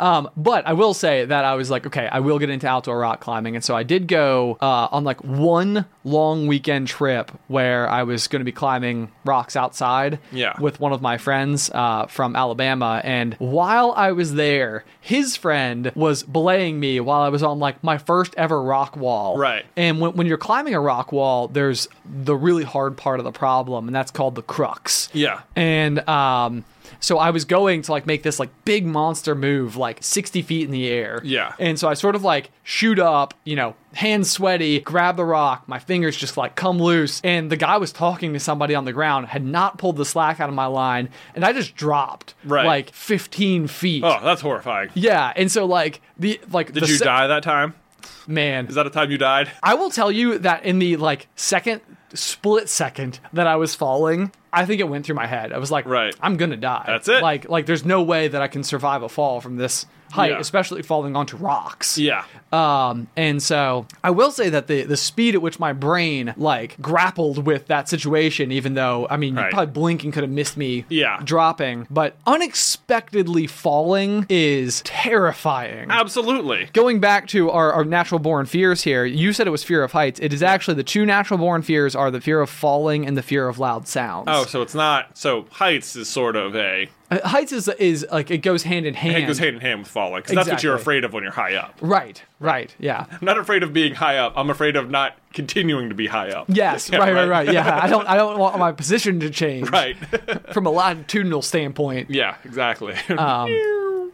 Speaker 1: Um, but I will say that I was like, okay, I will get into outdoor rock climbing, and so I did go uh, on like one long weekend trip where I was going to be climbing rocks outside
Speaker 3: Yeah.
Speaker 1: with one of my friends uh, from Alabama. And while I was there, his friend was belaying me while I was on like my first ever rock wall.
Speaker 3: Right.
Speaker 1: And when, when you're climbing a rock wall, there's the really hard part of the problem, and that's called the crux.
Speaker 3: Yeah.
Speaker 1: And um, so I was going to like make this like big monster move, like 60 feet in the air.
Speaker 3: Yeah.
Speaker 1: And so I sort of like shoot up, you know, hands sweaty, grab the rock, my fingers just like come loose. And the guy was talking to somebody on the ground, had not pulled the slack out of my line, and I just dropped
Speaker 3: Right.
Speaker 1: like 15 feet.
Speaker 3: Oh, that's horrifying.
Speaker 1: Yeah. And so like the like
Speaker 3: Did you die that time?
Speaker 1: Man.
Speaker 3: Is that a time you died?
Speaker 1: I will tell you that in the like second split second that I was falling, I think it went through my head. I was like,
Speaker 3: Right.
Speaker 1: I'm gonna die.
Speaker 3: That's it.
Speaker 1: Like like there's no way that I can survive a fall from this height,
Speaker 3: Yeah.
Speaker 1: especially falling onto rocks.
Speaker 3: Yeah.
Speaker 1: Um, and so I will say that the the speed at which my brain like grappled with that situation, even though I mean you
Speaker 3: Right.
Speaker 1: probably blink and could have missed me
Speaker 3: Yeah.
Speaker 1: dropping, but unexpectedly falling is terrifying
Speaker 3: Absolutely.
Speaker 1: going back to our, our natural born fears here, you said it was fear of heights. It is actually the two natural born fears are the fear of falling and the fear of loud sounds.
Speaker 3: Oh, so it's not. So heights is sort of a.
Speaker 1: Uh, heights is is like it goes hand in hand.
Speaker 3: It goes hand in hand with falling. 'cause that's what you're
Speaker 1: Exactly.
Speaker 3: afraid of when you're high up.
Speaker 1: Right, right, yeah.
Speaker 3: I'm not afraid of being high up. I'm afraid of not continuing to be high up.
Speaker 1: Yes,
Speaker 3: Yeah,
Speaker 1: right, right, right. Yeah, I don't, I don't want my position to change
Speaker 3: Right.
Speaker 1: from a latitudinal standpoint.
Speaker 3: yeah, exactly.
Speaker 1: Uh,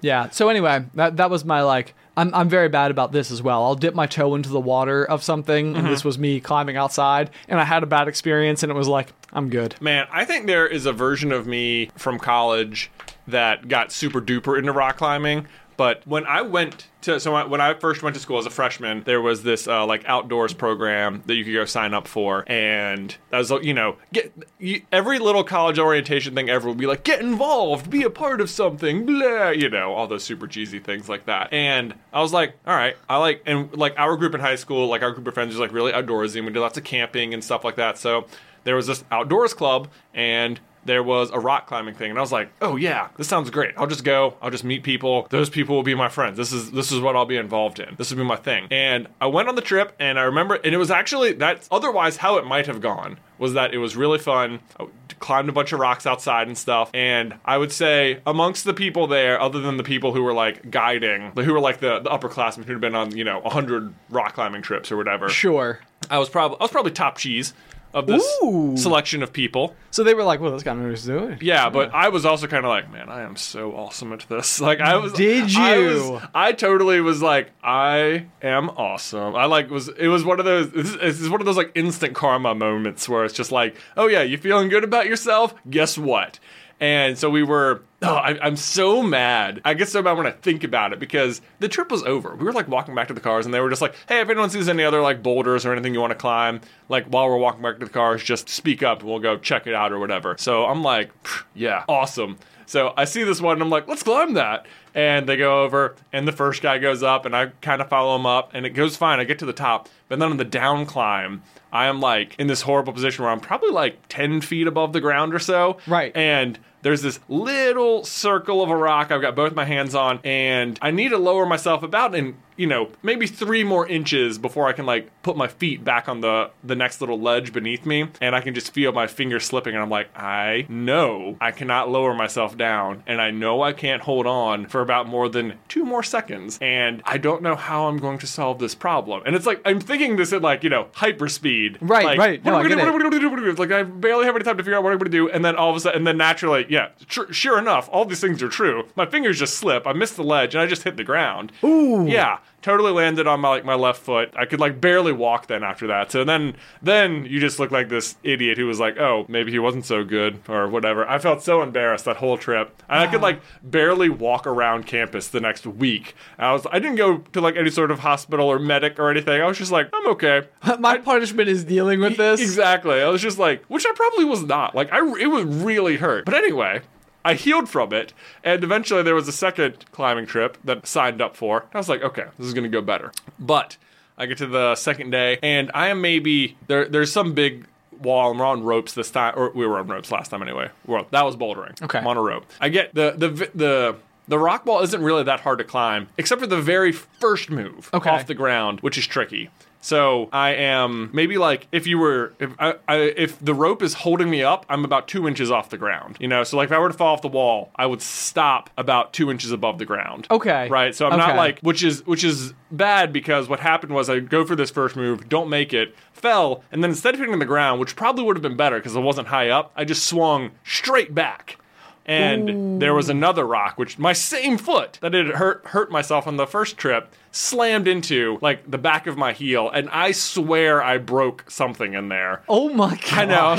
Speaker 1: Yeah. So anyway, that that was my like. I'm I'm very bad about this as well. I'll dip my toe into the water of something,
Speaker 3: Mm-hmm.
Speaker 1: and this was me climbing outside, and I had a bad experience, and it was like I'm good.
Speaker 3: Man, I think there is a version of me from college that got super duper into rock climbing. But when I went to so when- when I first went to school as a freshman, there was this uh, like outdoors program that you could go sign up for, and that was you know get you, every little college orientation thing ever would be like get involved, be a part of something, blah, you know, all those super cheesy things like that. And I was like, all right, I like and like our group in high school, like our group of friends was like really outdoorsy, and we did lots of camping and stuff like that. So there was this outdoors club and there was a rock climbing thing and I was like, "Oh yeah, this sounds great. I'll just go. I'll just meet people. Those people will be my friends. This is this is what I'll be involved in. This will be my thing." And I went on the trip and I remember and it was actually that's otherwise how it might have gone was that it was really fun. I climbed a bunch of rocks outside and stuff and I would say amongst the people there other than the people who were like guiding, who were like the, the upperclassmen who'd been on, you know, 100 rock climbing trips or whatever.
Speaker 1: Sure.
Speaker 3: I was probably I was probably top cheese of this
Speaker 1: Ooh.
Speaker 3: selection of people.
Speaker 1: So they were like, "Well, this guy knows what he's doing."
Speaker 3: Yeah, but I was also kind of like, man, I am so awesome at this. Like I was
Speaker 1: Did
Speaker 3: I
Speaker 1: you?
Speaker 3: was- I totally was like, I am awesome. I like was it was one of those this is, this is one of those like instant karma moments where it's just like, oh yeah, you feeling good about yourself? Guess what? And so we were. Oh, I, I'm so mad. I get so mad when I think about it because the trip was over. We were like walking back to the cars, and they were just like, "Hey, if anyone sees any other like boulders or anything you want to climb, like while we're walking back to the cars, just speak up and we'll go check it out or whatever." So I'm like, "Pfft, "Yeah, awesome." So I see this one and I'm like, let's climb that. And they go over, and the first guy goes up, and I kind of follow him up, and it goes fine. I get to the top, But then on the down climb, I am like in this horrible position where I'm probably like 10 feet above the ground or so.
Speaker 1: Right.
Speaker 3: And there's this little circle of a rock I've got both my hands on, and I need to lower myself about and you know, maybe three more inches before I can like put my feet back on the the next little ledge beneath me, and I can just feel my fingers slipping, and I'm like, I know I cannot lower myself down, and I know I can't hold on for about more than two more seconds, and I don't know how I'm going to solve this problem. And it's like I'm thinking this at like you know hyperspeed,
Speaker 1: Right,
Speaker 3: Like,
Speaker 1: right. No,
Speaker 3: what are we
Speaker 1: I get
Speaker 3: gonna- what
Speaker 1: it.
Speaker 3: are we gonna do? What are we gonna do? It's Like I barely have any time to figure out what I'm gonna do, and then all of a sudden, and then naturally, yeah, sure, sure enough, all these things are true. My fingers just slip. I miss the ledge, and I just hit the ground. Ooh. Yeah, totally landed on my like my left foot. I could like barely walk then after that. So then, then you just look like this idiot who was like, oh, maybe he wasn't so good or whatever. I felt so embarrassed that whole trip, and I could like barely walk around campus the next week. I was, I didn't go to like any sort of hospital or medic or anything. I was just like, I'm okay.
Speaker 1: My punishment is dealing
Speaker 3: E-
Speaker 1: with this.
Speaker 3: Exactly. I was just like, which I probably was not. Like, I it was really hurt. But anyway, I healed from it, and eventually there was a second climbing trip that I signed up for. I was like, okay, this is gonna go better. But I get to the second day, and I am maybe there. There's some big wall, and we're on ropes this time, or we were on ropes last time anyway. Well, that was bouldering.
Speaker 1: Okay.
Speaker 3: I'm on a rope. I get the the vi- the. The rock wall isn't really that hard to climb, except for the very first move
Speaker 1: Okay.
Speaker 3: off the ground, which is tricky. So I am maybe like if you were if I, I, if the rope is holding me up, I'm about two inches off the ground. You know, so like if I were to fall off the wall, I would stop about two inches above the ground.
Speaker 1: Okay.
Speaker 3: right. So I'm not
Speaker 1: Okay.
Speaker 3: like which is which is bad because what happened was I go for this first move, don't make it, fell, and then instead of hitting the ground, which probably would have been better because I wasn't high up, I just swung straight back. And there was another rock, which my same foot that had hurt hurt myself on the first trip slammed into like the back of my heel, and I swear I broke something in there.
Speaker 1: Oh my god.
Speaker 3: I know.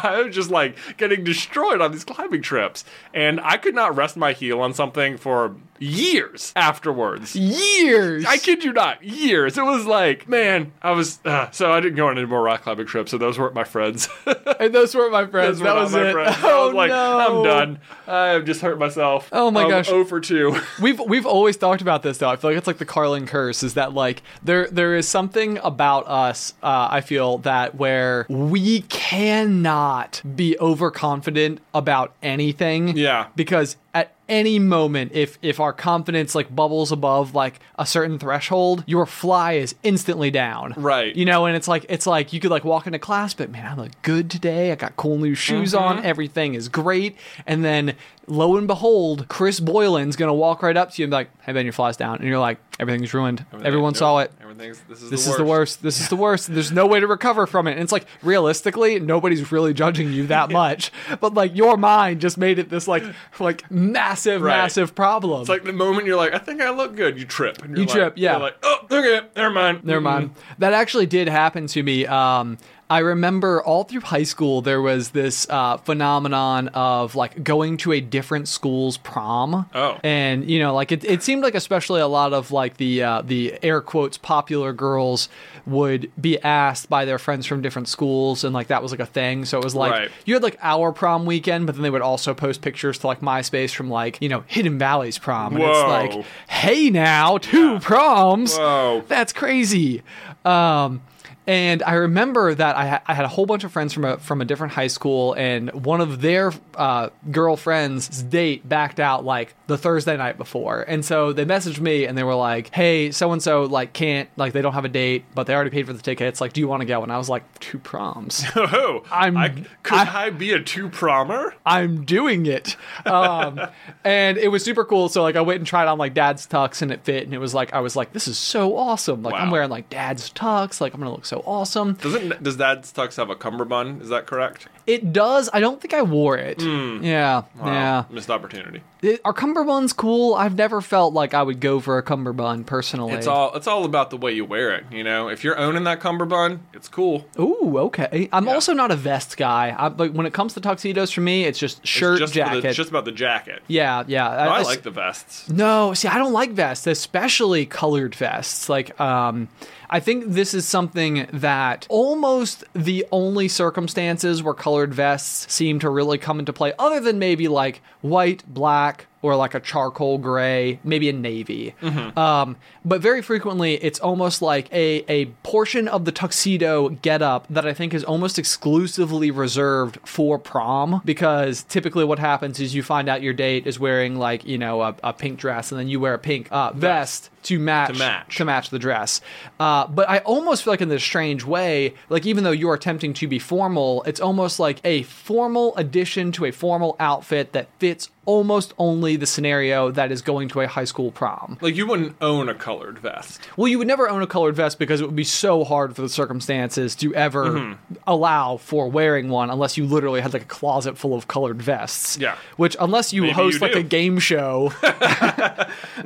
Speaker 3: I was just like getting destroyed on these climbing trips. And I could not rest my heel on something for years afterwards.
Speaker 1: Years.
Speaker 3: I kid you not, years. It was like, man, I was. Uh, so I didn't go on any more rock climbing trips, so those weren't my friends.
Speaker 1: And those were my friends.
Speaker 3: Those were
Speaker 1: that
Speaker 3: not
Speaker 1: was
Speaker 3: my
Speaker 1: it.
Speaker 3: friends. I
Speaker 1: Oh
Speaker 3: was like,
Speaker 1: no.
Speaker 3: I'm done. I've just hurt myself.
Speaker 1: Oh my
Speaker 3: I'm
Speaker 1: gosh.
Speaker 3: 0 for 2.
Speaker 1: We've we've always talked about this though. I feel like it's like the Carlin curse is that like there there is something about us. Uh, I feel that where we cannot be overconfident about anything.
Speaker 3: Yeah.
Speaker 1: because at any moment if if our confidence like bubbles above like a certain threshold your fly is instantly down
Speaker 3: Right.
Speaker 1: you know and it's like it's like you could like walk into class but man i look good today i got cool new shoes on everything is great and then lo and behold chris boylan's gonna walk right up to you and be like hey ben your fly's down and you're like everything's ruined everyone saw it
Speaker 3: Everything's, this is,
Speaker 1: this
Speaker 3: the,
Speaker 1: is the worst. This is the worst. There's no way to recover from it. And it's like realistically, nobody's really judging you that much. But like your mind just made it this like like massive,
Speaker 3: Right.
Speaker 1: massive problem.
Speaker 3: It's like the moment you're like, I think I look good. You trip. And you're
Speaker 1: You
Speaker 3: like-
Speaker 1: trip, yeah.
Speaker 3: You're like, oh, okay, never mind.
Speaker 1: Never
Speaker 3: Mm.
Speaker 1: mind. Mm-hmm. That actually did happen to me. Um, I remember all through high school there was this uh, phenomenon of like going to a different school's prom.
Speaker 3: Oh.
Speaker 1: and you know, like it, it seemed like especially a lot of like the uh, the air quotes popular girls would be asked by their friends from different schools, and like that was like a thing. So it was like
Speaker 3: Right.
Speaker 1: you had like our prom weekend, but then they would also post pictures to like MySpace from like you know Hidden Valley's prom, and
Speaker 3: Whoa.
Speaker 1: it's like, hey now, two proms.
Speaker 3: Whoa.
Speaker 1: That's crazy. Um, and I remember that I, ha- I had a whole bunch of friends from a from a different high school, and one of their uh, girlfriend's date backed out like the Thursday night before, and so they messaged me and they were like, "Hey, so and so like can't like they don't have a date, but they already paid for the tickets. Like, do you want to go?" And I was like, two proms.
Speaker 3: Oh,
Speaker 1: I'm-
Speaker 3: I, could I,
Speaker 1: Mm-hmm. I-
Speaker 3: be a two promer?
Speaker 1: I'm doing it. Um, and it was super cool. So like I went and tried on like dad's tux and it fit and it was like I was like, this is so awesome. Like I'm
Speaker 3: Wow.
Speaker 1: wearing like dad's tux, like I'm gonna look so awesome.
Speaker 3: Doesn't does Dad's tux have a cummerbund? Is that correct?
Speaker 1: It does. I don't think I wore it.
Speaker 3: Hmm.
Speaker 1: Yeah. Yeah.
Speaker 3: Oh, missed opportunity.
Speaker 1: It, are cummerbunds cool? I've never felt like I would go for a cummerbund personally.
Speaker 3: It's all it's all about the way you wear it. You know, if you're owning that cummerbund, it's cool.
Speaker 1: Ooh, okay. I'm also not a vest guy. I, like when it comes to tuxedos for me, it's just
Speaker 3: It's
Speaker 1: shirt
Speaker 3: just for
Speaker 1: jacket.
Speaker 3: The, just about the jacket.
Speaker 1: yeah, yeah.
Speaker 3: Oh, I like the vests.
Speaker 1: No, see, I don't like vests, especially colored vests. Like, um, I think this is something that almost the only circumstances where colored vests seem to really come into play, other than maybe like white, black, or like a charcoal gray, maybe a navy. Um, but very frequently, it's almost like a, a portion of the tuxedo getup that I think is almost exclusively reserved for prom because typically what happens is you find out your date is wearing like, you know, a, a pink dress and then you wear a pink uh, vest to match,
Speaker 3: To match.
Speaker 1: to match the dress. Uh, but I almost feel like in this strange way, like even though you're attempting to be formal, it's almost like a formal addition to a formal outfit that fits almost only the scenario that is going to a high school prom.
Speaker 3: Like you wouldn't own a colored vest.
Speaker 1: Well, you would never own a colored vest because it would be so hard for the circumstances to ever
Speaker 3: Mm-hmm.
Speaker 1: allow for wearing one unless you literally had like a closet full of colored vests.
Speaker 3: Yeah.
Speaker 1: Which unless you
Speaker 3: Maybe
Speaker 1: host
Speaker 3: you
Speaker 1: like
Speaker 3: do.
Speaker 1: a game show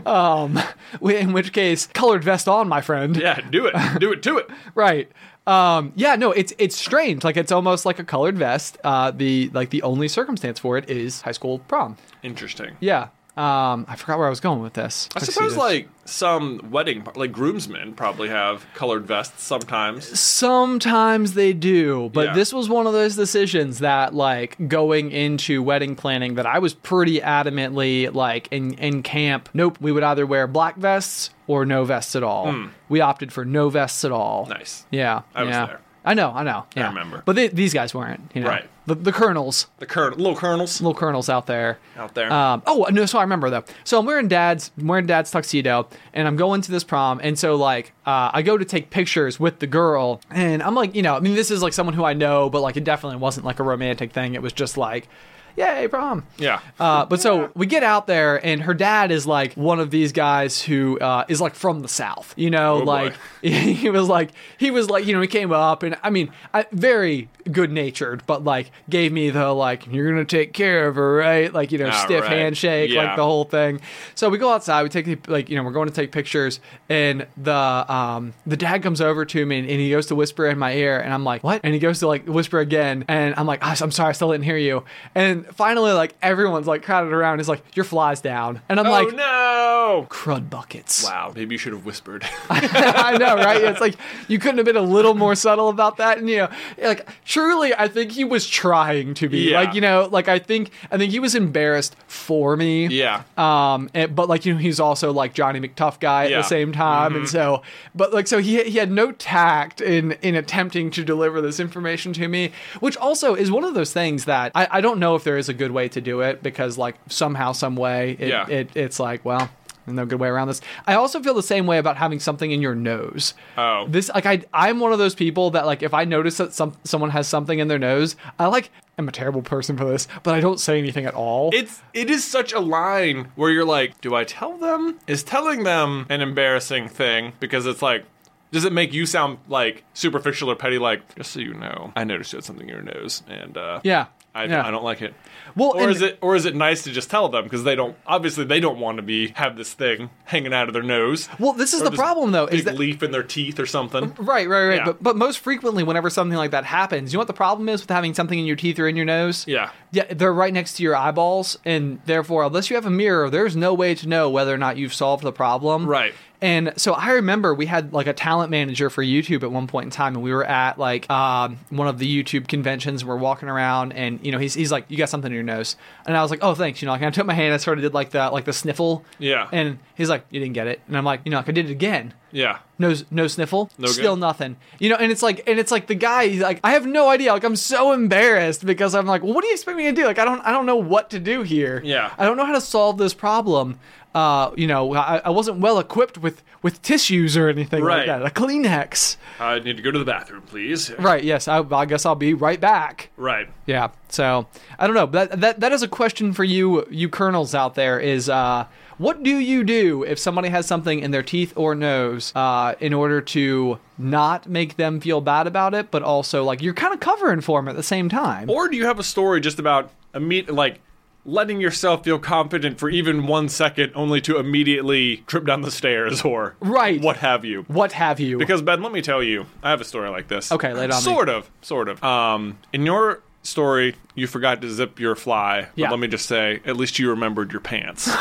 Speaker 1: um in which case colored vest on my friend.
Speaker 3: Yeah, do it. Do it to it.
Speaker 1: right um yeah no it's it's strange like it's almost like a colored vest uh the like the only circumstance for it is high school prom
Speaker 3: Interesting.
Speaker 1: yeah um i forgot where i was going with this
Speaker 3: I suppose like some wedding, par- like groomsmen probably have colored vests sometimes.
Speaker 1: sometimes they do but
Speaker 3: Yeah.
Speaker 1: this was one of those decisions that like going into wedding planning that i was pretty adamantly like in in camp nope we would either wear black vests or no vests at all we opted for no vests at all
Speaker 3: Hmm. Nice.
Speaker 1: yeah
Speaker 3: I was
Speaker 1: yeah.
Speaker 3: there.
Speaker 1: i know i know yeah.
Speaker 3: remember.
Speaker 1: but they, these guys weren't you know
Speaker 3: Right.
Speaker 1: the, the colonels
Speaker 3: The colonel, little colonels.
Speaker 1: little colonels out there.
Speaker 3: Out there.
Speaker 1: Um, oh no, so I remember though. So I'm wearing dad's I'm wearing dad's tuxedo, and I'm going to this prom, and so like uh, I go to take pictures with the girl, and I'm like, you know, I mean, this is like someone who I know, but like it definitely wasn't like a romantic thing. It was just like. Yay, prom.
Speaker 3: Yeah.
Speaker 1: Uh, but so we get out there, and her dad is like one of these guys who uh, is like from the South, you know,
Speaker 3: Oh, boy.
Speaker 1: like he was like he was like you know he came up and i mean I, very good natured but like gave me the like you're gonna take care of her right like you know
Speaker 3: Ah,
Speaker 1: stiff
Speaker 3: right.
Speaker 1: handshake
Speaker 3: Yeah.
Speaker 1: like the whole thing so we go outside we take the, like you know we're going to take pictures and the um the dad comes over to me and, and he goes to whisper in my ear and i'm like what and he goes to like whisper again and i'm like "Ah, i'm sorry i still didn't hear you and finally like everyone's like crowded around he's like your fly's down and i'm
Speaker 3: oh
Speaker 1: like
Speaker 3: no!
Speaker 1: crud buckets
Speaker 3: Wow, maybe you should have whispered.
Speaker 1: I know, right? It's like you couldn't have been a little more subtle about that. And you know, like truly, I think he was trying to be
Speaker 3: Yeah.
Speaker 1: like you know, like I think I think he was embarrassed for me.
Speaker 3: Yeah.
Speaker 1: Um, and, but like you know, he's also like Johnny McTuff guy
Speaker 3: Yeah. Mm-hmm.
Speaker 1: at the same time, and so but like so he he had no tact in in attempting to deliver this information to me, which also is one of those things that I, I don't know if there is a good way to do it because like somehow some way it,
Speaker 3: Yeah.
Speaker 1: it it's like well there's no good way around this i also feel the same way about having something in your nose
Speaker 3: Oh.
Speaker 1: this like i i'm one of those people that like if i notice that some someone has something in their nose i like am a terrible person for this but i don't say anything at all
Speaker 3: it's it is such a line where you're like, do I tell them? Is telling them an embarrassing thing? Because it's like, does it make you sound like superficial or petty? Like, just so you know, I noticed you had something in your nose, and uh,
Speaker 1: Yeah.
Speaker 3: I,
Speaker 1: Yeah.
Speaker 3: I don't like it.
Speaker 1: Well,
Speaker 3: or
Speaker 1: and-
Speaker 3: is it or is it nice to just tell them because they don't obviously they don't want to be have this thing hanging out of their nose.
Speaker 1: well this is
Speaker 3: Or
Speaker 1: the
Speaker 3: this
Speaker 1: problem though
Speaker 3: big
Speaker 1: is that
Speaker 3: leaf in their teeth or something.
Speaker 1: Right, right, right.
Speaker 3: Yeah.
Speaker 1: But but most frequently, whenever something like that happens, you know what the problem is with having something in your teeth or in your nose?
Speaker 3: Yeah.
Speaker 1: yeah, they're right next to your eyeballs, and therefore, unless you have a mirror, there's no way to know whether or not you've solved the problem.
Speaker 3: Right.
Speaker 1: And so I remember we had like a talent manager for YouTube at one point in time, and we were at like um, one of the YouTube conventions. And we're walking around, and you know he's, he's like, "You got something in your nose," and I was like, "Oh, thanks." You know, like I took my hand, I sort of did like the like the sniffle.
Speaker 3: Yeah.
Speaker 1: And he's like, "You didn't get it," and I'm like, "You know, like I did it again."
Speaker 3: Yeah.
Speaker 1: no no sniffle
Speaker 3: good.
Speaker 1: still nothing you know and it's like and it's like the guy he's like i have no idea like i'm so embarrassed because i'm like well, what do you expect me to do like i don't i don't know what to do here
Speaker 3: Yeah.
Speaker 1: i don't know how to solve this problem uh you know i, I wasn't well equipped with with tissues or anything
Speaker 3: Right.
Speaker 1: like that a kleenex
Speaker 3: I need to go to the bathroom, please.
Speaker 1: right yes I, I guess i'll be right back
Speaker 3: Right.
Speaker 1: yeah so i don't know that that, that is a question for you you colonels out there is uh what do you do if somebody has something in their teeth or nose uh, in order to not make them feel bad about it but also like you're kind of covering for them at the same time
Speaker 3: Or do you have a story just about imme- like letting yourself feel confident for even one second, only to immediately trip down the stairs or
Speaker 1: Right.
Speaker 3: what have you?
Speaker 1: what have you
Speaker 3: Because Ben, let me tell you, I have a story like this.
Speaker 1: Okay, lay it on me.
Speaker 3: Sort of, sort of. Um, in your story, you forgot to zip your fly. But
Speaker 1: Yeah.
Speaker 3: let me just say, at least you remembered your pants. oh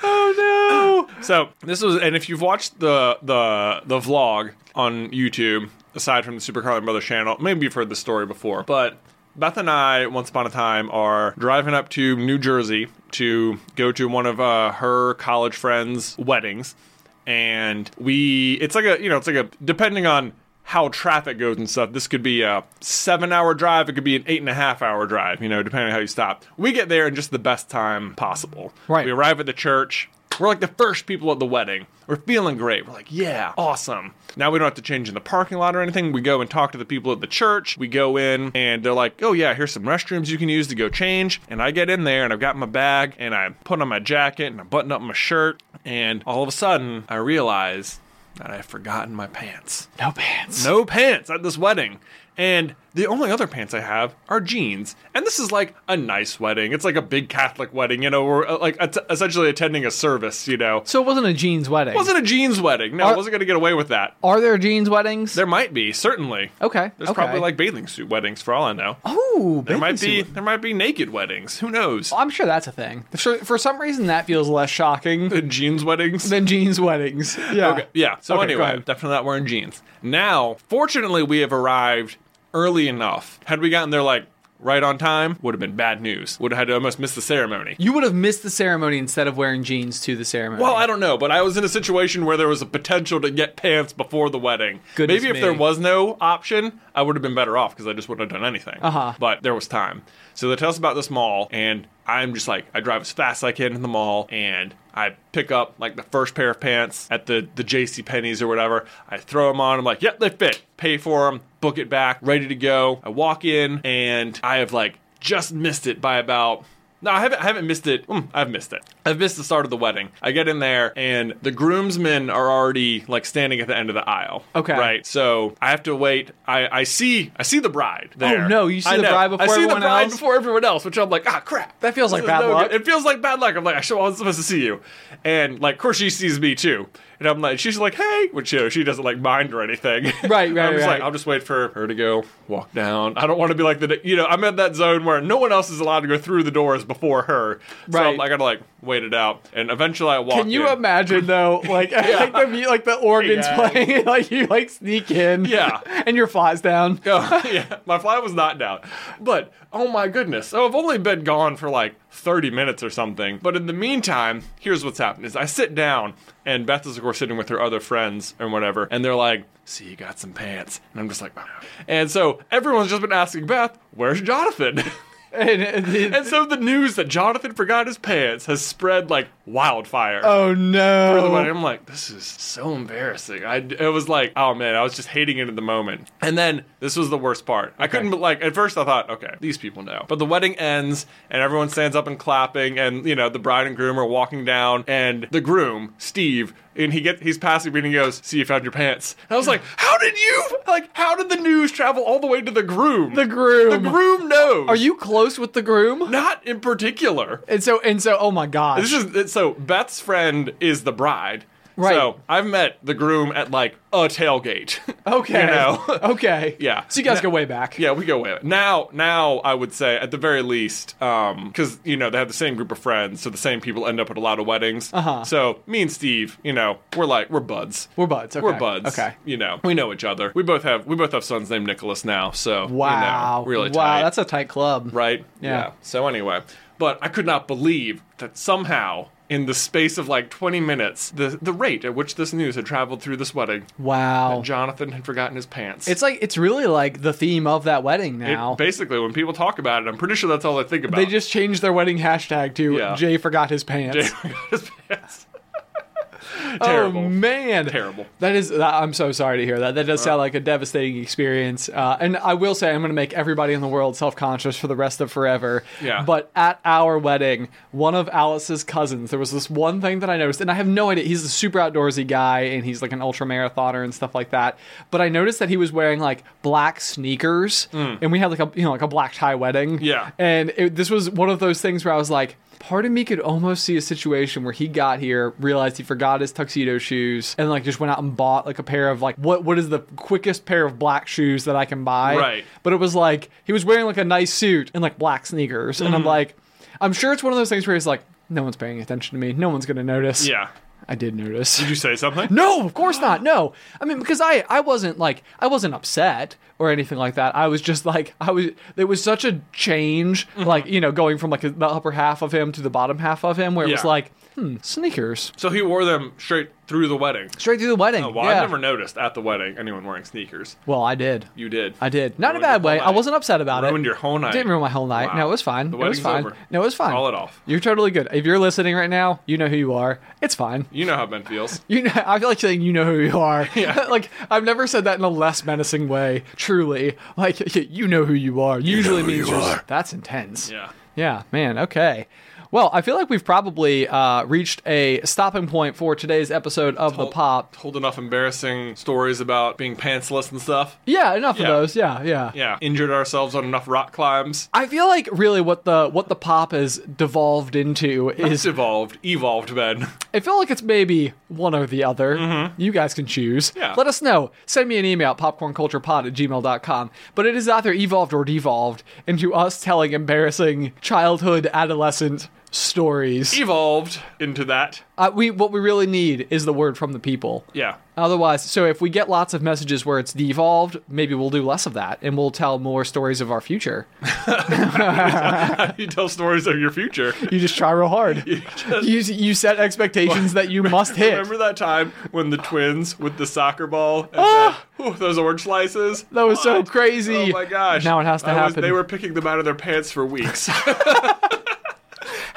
Speaker 3: Oh, no! So this was, and if you've watched the the the vlog on YouTube, aside from the Super Carlin Brothers channel, maybe you've heard the story before, but. Beth and I, once upon a time, are driving up to New Jersey to go to one of uh, her college friends' weddings, and we it's like a you know it's like a depending on how traffic goes and stuff. This could be a seven-hour drive. It could be an eight and a half-hour drive. You know, depending on how you stop. We get there in just the best time possible.
Speaker 4: Right.
Speaker 3: We arrive at the church. We're like the first people at the wedding. We're feeling great. We're like, yeah, awesome. Now we don't have to change in the parking lot or anything. We go and talk to the people at the church. We go in and they're like, oh, yeah, here's some restrooms you can use to go change. And I get in there and I've got my bag and I put on my jacket and I button up my shirt. And all of a sudden, I realize that I've forgotten my pants.
Speaker 1: No pants.
Speaker 3: No pants at this wedding. And the only other pants I have are jeans. And this is like a nice wedding. It's like a big Catholic wedding, you know, we're uh, like att- essentially attending a service, you know.
Speaker 1: So it wasn't a jeans wedding.
Speaker 3: It wasn't a jeans wedding. No, I
Speaker 1: Are-
Speaker 3: wasn't going to get away with that.
Speaker 1: Are there jeans weddings?
Speaker 3: There might be, certainly.
Speaker 1: Okay,
Speaker 3: There's
Speaker 1: okay.
Speaker 3: probably like bathing suit weddings for all I know.
Speaker 1: Ooh,
Speaker 3: there
Speaker 1: bathing
Speaker 3: might be
Speaker 1: suit.
Speaker 3: there might be naked weddings. Who knows?
Speaker 1: I'm sure that's a thing. For, for some reason, that feels less shocking
Speaker 3: jeans weddings.
Speaker 1: than jeans weddings. Yeah.
Speaker 3: Okay, yeah. So
Speaker 1: Okay, go
Speaker 3: anyway,
Speaker 1: ahead.
Speaker 3: definitely not wearing jeans. Now, fortunately, we have arrived early enough. Had we gotten there like right on time, would have been bad news. Would have had to almost miss the ceremony.
Speaker 1: You would have missed the ceremony instead of wearing jeans to the ceremony.
Speaker 3: Well, I don't know, but I was in a situation where there was a potential to get pants before the wedding.
Speaker 1: Goodness
Speaker 3: Maybe if
Speaker 1: me.
Speaker 3: there was no option, I would have been better off because I just wouldn't have done anything.
Speaker 1: Uh-huh.
Speaker 3: But there was time. So they tell us about this mall, and I'm just like, I drive as fast as I can in the mall, and I pick up like the first pair of pants at the the J.C. Penney's or whatever. I throw them on. I'm like, yep, they fit. Pay for them, book it back, ready to go. I walk in, and I have like just missed it by about no, I haven't. I haven't missed it. Mm, I've missed it. I've missed the start of the wedding. I get in there, and the groomsmen are already like standing at the end of the aisle.
Speaker 1: Okay.
Speaker 3: right. So I have to wait. I, I see. I see the bride. There.
Speaker 1: Oh, no, you see
Speaker 3: I
Speaker 1: the
Speaker 3: know.
Speaker 1: bride before
Speaker 3: I see
Speaker 1: everyone
Speaker 3: the bride
Speaker 1: else?
Speaker 3: before everyone else, which I'm like, ah, crap.
Speaker 1: That feels like
Speaker 3: This is
Speaker 1: bad luck.
Speaker 3: good. It feels like bad luck. I'm like, I sure wasn't supposed to see you, and like, of course she sees me too, and I'm like, she's like, hey, which you know, she doesn't like mind or anything.
Speaker 1: Right, right,
Speaker 3: I'm just like,
Speaker 1: right.
Speaker 3: I'll just wait for her to go walk down. I don't want to be like the, you know, I'm at that zone where no one else is allowed to go through the doors before her. So
Speaker 1: Right.
Speaker 3: I'm, I gotta like wait it out, and eventually I walk.
Speaker 1: Can you
Speaker 3: in.
Speaker 1: imagine though, like like the mu- like the organs
Speaker 3: Hey, guys.
Speaker 1: playing, like you like sneak in,
Speaker 3: Yeah.
Speaker 1: and your flies down.
Speaker 3: Oh, yeah, my fly was not down. But oh my goodness. So I've only been gone for like 30 minutes or something. But in the meantime, here's what's happened is I sit down and Beth is of course sitting with her other friends and whatever, and they're like, see you got some pants. And I'm just like, wow. And so everyone's just been asking Beth, where's Jonathan?
Speaker 1: And, and-
Speaker 3: and so the news that Jonathan forgot his pants has spread like wildfire.
Speaker 1: oh
Speaker 3: For the wedding.
Speaker 1: no!
Speaker 3: I'm like, this is so embarrassing. I it was like, oh man, I was just hating it at the moment. And then this was the worst part. I couldn't like at first I thought, okay, these people know. But the wedding ends and everyone stands up and clapping, and you know the bride and groom are walking down, and the groom Steve. And he get he's passing me and he goes, "See, you found your pants." And I was like, "How did you like? How did the news travel all the way to the groom?
Speaker 1: The groom.
Speaker 3: The groom knows.
Speaker 1: Are you close with the groom?
Speaker 3: not in particular?
Speaker 1: And so and so, oh my gosh!
Speaker 3: This is so Beth's friend is the bride.
Speaker 1: Right.
Speaker 3: So I've met the groom at like a tailgate.
Speaker 1: okay,
Speaker 3: You know.
Speaker 1: okay,
Speaker 3: Yeah.
Speaker 1: So you guys
Speaker 3: Now-
Speaker 1: go way back.
Speaker 3: yeah, we go way back. Now, now I would say at the very least, um, because you know they have the same group of friends, so the same people end up at a lot of weddings. Uh-huh. So me and Steve, you know, we're like we're buds.
Speaker 1: We're buds, okay.
Speaker 3: We're buds.
Speaker 1: Okay.
Speaker 3: You know, we know each other. We both have we both have sons named Nicholas now. So you know,
Speaker 1: Wow.
Speaker 3: really
Speaker 1: wow,
Speaker 3: tight
Speaker 1: that's a tight club.
Speaker 3: right?
Speaker 1: Yeah.
Speaker 3: So anyway, but I could not believe that somehow in the space of like 20 minutes, the the rate at which this news had traveled through this wedding,
Speaker 1: Wow.
Speaker 3: Jonathan had forgotten his pants.
Speaker 1: It's like it's really like the theme of that wedding
Speaker 3: It-
Speaker 1: now.
Speaker 3: basically when people talk about it, I'm pretty sure that's all they think about.
Speaker 1: they just changed their wedding hashtag to
Speaker 3: Yeah.
Speaker 1: Jay forgot his pants.
Speaker 3: Jay forgot his pants.
Speaker 1: Oh
Speaker 3: Terrible.
Speaker 1: man,
Speaker 3: Terrible. Uh.
Speaker 1: That is. that- I'm so sorry to hear that. That does sound like a devastating experience. Uh, and I will say, I'm going to make everybody in the world self conscious for the rest of forever.
Speaker 3: Yeah.
Speaker 1: But at our wedding, one of Alice's cousins, there was this one thing that I noticed, and I have no idea. He's a super outdoorsy guy, and he's like an ultra marathoner and stuff like that. But I noticed that he was wearing like black sneakers,
Speaker 3: Mm.
Speaker 1: and we had like a you know like a black tie wedding.
Speaker 3: Yeah.
Speaker 1: And it, this was one of those things where I was like, part of me could almost see a situation where he got here, realized he forgot his tuxedo shoes, and like just went out and bought like a pair of like what what is the quickest pair of black shoes that I can buy?
Speaker 3: Right.
Speaker 1: But it was like he was wearing like a nice suit and like black sneakers,
Speaker 3: Mm-hmm.
Speaker 1: and I'm like, I'm sure it's one of those things where he's like, no one's paying attention to me, no one's gonna notice.
Speaker 3: Yeah.
Speaker 1: I did notice.
Speaker 3: Did you say something?
Speaker 1: No, of course not. No. I mean because I I wasn't like I wasn't upset or anything like that. I was just like I was there was such a change
Speaker 3: Mm-hmm.
Speaker 1: like you know going from like the upper half of him to the bottom half of him where it was
Speaker 3: Yeah.
Speaker 1: like hmm, sneakers
Speaker 3: So he wore them straight through the wedding.
Speaker 1: straight through the wedding.
Speaker 3: Oh, well,
Speaker 1: yeah.
Speaker 3: I never noticed at the wedding anyone wearing sneakers.
Speaker 1: Well, I did.
Speaker 3: You did.
Speaker 1: I did. Not in a
Speaker 3: Ruined your
Speaker 1: bad way.
Speaker 3: whole
Speaker 1: I
Speaker 3: night.
Speaker 1: wasn't upset about it.
Speaker 3: Ruined your whole night.
Speaker 1: Didn't ruin my whole night.
Speaker 3: Wow.
Speaker 1: No, it was fine.
Speaker 3: The
Speaker 1: it was
Speaker 3: wedding's
Speaker 1: fine.
Speaker 3: over.
Speaker 1: No, it was fine.
Speaker 3: Call it off.
Speaker 1: You're totally good. If you're listening right now, you know who you are. It's fine.
Speaker 3: You know how Ben feels.
Speaker 1: You know, I feel like saying you know who you are. like I've never said that in a less menacing way. Truly, like y- you know who you are. Usually means you are. that's intense.
Speaker 3: Yeah.
Speaker 1: Yeah, man. Okay. Well, I feel like we've probably uh, reached a stopping point for today's episode of the pop.
Speaker 3: Told enough embarrassing stories about being pantsless and stuff.
Speaker 1: Yeah, enough
Speaker 3: Yeah.
Speaker 1: of those. Yeah, yeah.
Speaker 3: Yeah. Injured ourselves on enough rock climbs.
Speaker 1: I feel like really what the what the pop has devolved into
Speaker 3: It's
Speaker 1: is
Speaker 3: evolved, evolved, Ben.
Speaker 1: I feel like it's maybe one or the other. You guys can choose.
Speaker 3: Mm-hmm. Yeah.
Speaker 1: Let us know. Send me an email, popcornculturepod at gmail.com. But it is either evolved or devolved into us telling embarrassing childhood adolescent
Speaker 3: E-
Speaker 1: stories.
Speaker 3: Evolved into that.
Speaker 1: Uh, we What we really need is the word from the people.
Speaker 3: Yeah.
Speaker 1: Otherwise, so if we get lots of messages where it's devolved, maybe we'll do less of that and we'll tell more stories of our future.
Speaker 3: you tell stories of your future.
Speaker 1: You just try real hard. you, you set expectations that you must hit.
Speaker 3: Remember that time when the twins with the soccer ball and said, "Ooh, those orange slices?
Speaker 1: Ah! That was so
Speaker 3: What?
Speaker 1: crazy.
Speaker 3: Oh my gosh.
Speaker 1: Now it has to
Speaker 3: I was-
Speaker 1: happen.
Speaker 3: they were picking them out of their pants for weeks.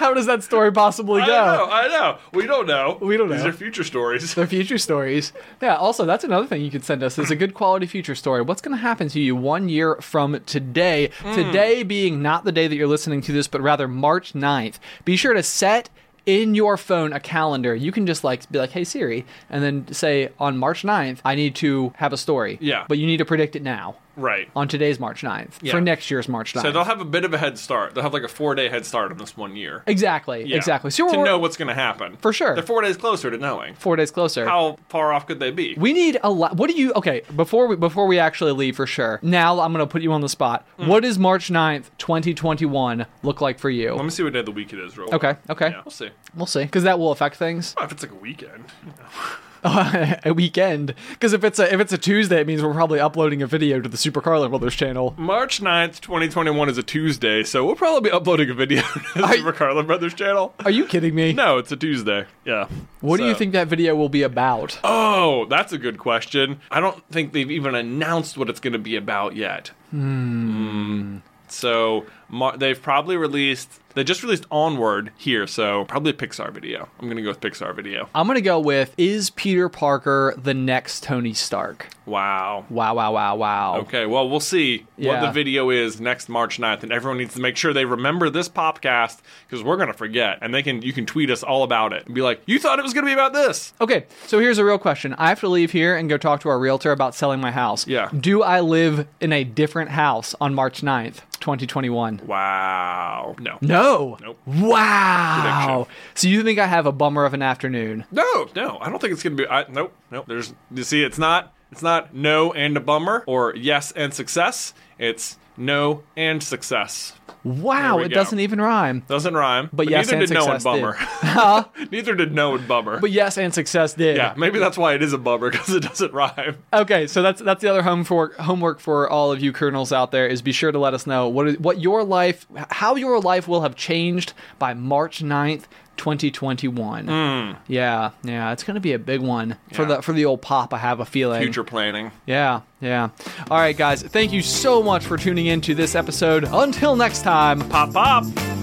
Speaker 3: I
Speaker 1: How does that story possibly go?
Speaker 3: know, I know. We don't know.
Speaker 1: We don't
Speaker 3: These
Speaker 1: know.
Speaker 3: are future stories.
Speaker 1: Their future stories. Yeah, also, that's another thing you could send us is a good quality future story. What's going to happen to you one year from today?
Speaker 3: Hmm.
Speaker 1: Today being not the day that you're listening to this, but rather March 9th. Be sure to set in your phone a calendar. You can just like be like, hey Siri, and then say, on March 9th, I need to have a story.
Speaker 3: Yeah.
Speaker 1: But you need to predict it now
Speaker 3: Right.
Speaker 1: on today's March 9th
Speaker 3: Yeah.
Speaker 1: for next year's March 9th.
Speaker 3: So they'll have a bit of a head start. They'll have like a four day head start on this one year.
Speaker 1: exactly.
Speaker 3: Yeah.
Speaker 1: Exactly. So
Speaker 3: to
Speaker 1: we're
Speaker 3: know what's going to happen.
Speaker 1: For sure.
Speaker 3: They're four days closer to knowing.
Speaker 1: four days closer.
Speaker 3: How far off could they be?
Speaker 1: We need a lot. What do you? Okay, before we before we actually leave for sure. Now I'm gonna put you on the spot.
Speaker 3: Hmm.
Speaker 1: What does March 9th, 2021 look like for you?
Speaker 3: Let me see what day of the week it is, real
Speaker 1: Okay,
Speaker 3: quick.
Speaker 1: okay,
Speaker 3: Yeah, we'll see.
Speaker 1: we'll see, because that will affect things.
Speaker 3: Oh, if it's like a weekend.
Speaker 1: a weekend, because if it's a if it's a Tuesday, it means we're probably uploading a video to the Super Carlin Brothers channel.
Speaker 3: March 9th, 2021 is a Tuesday, so we'll probably be uploading a video to the Super Carlin Brothers channel.
Speaker 1: Are you kidding me?
Speaker 3: No, it's a Tuesday. Yeah.
Speaker 1: What do you
Speaker 3: So-
Speaker 1: think that video will be about?
Speaker 3: Oh, that's a good question. I don't think they've even announced what it's going to be about yet. Hmm.
Speaker 1: Hmm.
Speaker 3: So Mar- they've probably released. They just released Onward here, so probably a Pixar video. I'm going to go with Pixar video.
Speaker 1: I'm gonna go with is Peter Parker the next Tony Stark?
Speaker 3: Wow.
Speaker 1: Wow, wow, wow, wow.
Speaker 3: Okay, well, we'll see what
Speaker 1: Yeah.
Speaker 3: the video is next March 9th, and everyone needs to make sure they remember this podcast because we're gonna forget, and they can you can tweet us all about it and be like, "You thought it was gonna be about this."
Speaker 1: Okay, so here's a real question. I have to leave here and go talk to our realtor about selling my house.
Speaker 3: Yeah.
Speaker 1: Do I live in a different house on March 9th, 2021?
Speaker 3: Wow, no,
Speaker 1: No.
Speaker 3: Nope.
Speaker 1: Wow.
Speaker 3: Prediction.
Speaker 1: So you think I have a bummer of an afternoon?
Speaker 3: no, no, I don't think it's gonna be. I, nope, nope. There's you see, it's not it's not no and a bummer or yes and success. It's no and success.
Speaker 1: Wow,
Speaker 3: we
Speaker 1: it
Speaker 3: go.
Speaker 1: doesn't even rhyme.
Speaker 3: Doesn't rhyme,
Speaker 1: But yes
Speaker 3: neither
Speaker 1: and
Speaker 3: did no and
Speaker 1: success did. Uh-huh.
Speaker 3: bummer. neither did no and bummer.
Speaker 1: But yes, and success did.
Speaker 3: yeah, maybe that's why it is a bummer because it doesn't rhyme.
Speaker 1: Okay, so that's that's the other home for homework for all of you colonels out there is be sure to let us know what is, what your life how your life will have changed by March 9th, 2021. Yeah, yeah, it's going to be a big one for
Speaker 3: Hmm. Yeah.
Speaker 1: the for the old pop I have a feeling.
Speaker 3: Future planning.
Speaker 1: Yeah, yeah. All right guys, thank you so much for tuning in to this episode. Until next time,
Speaker 3: Pop, pop.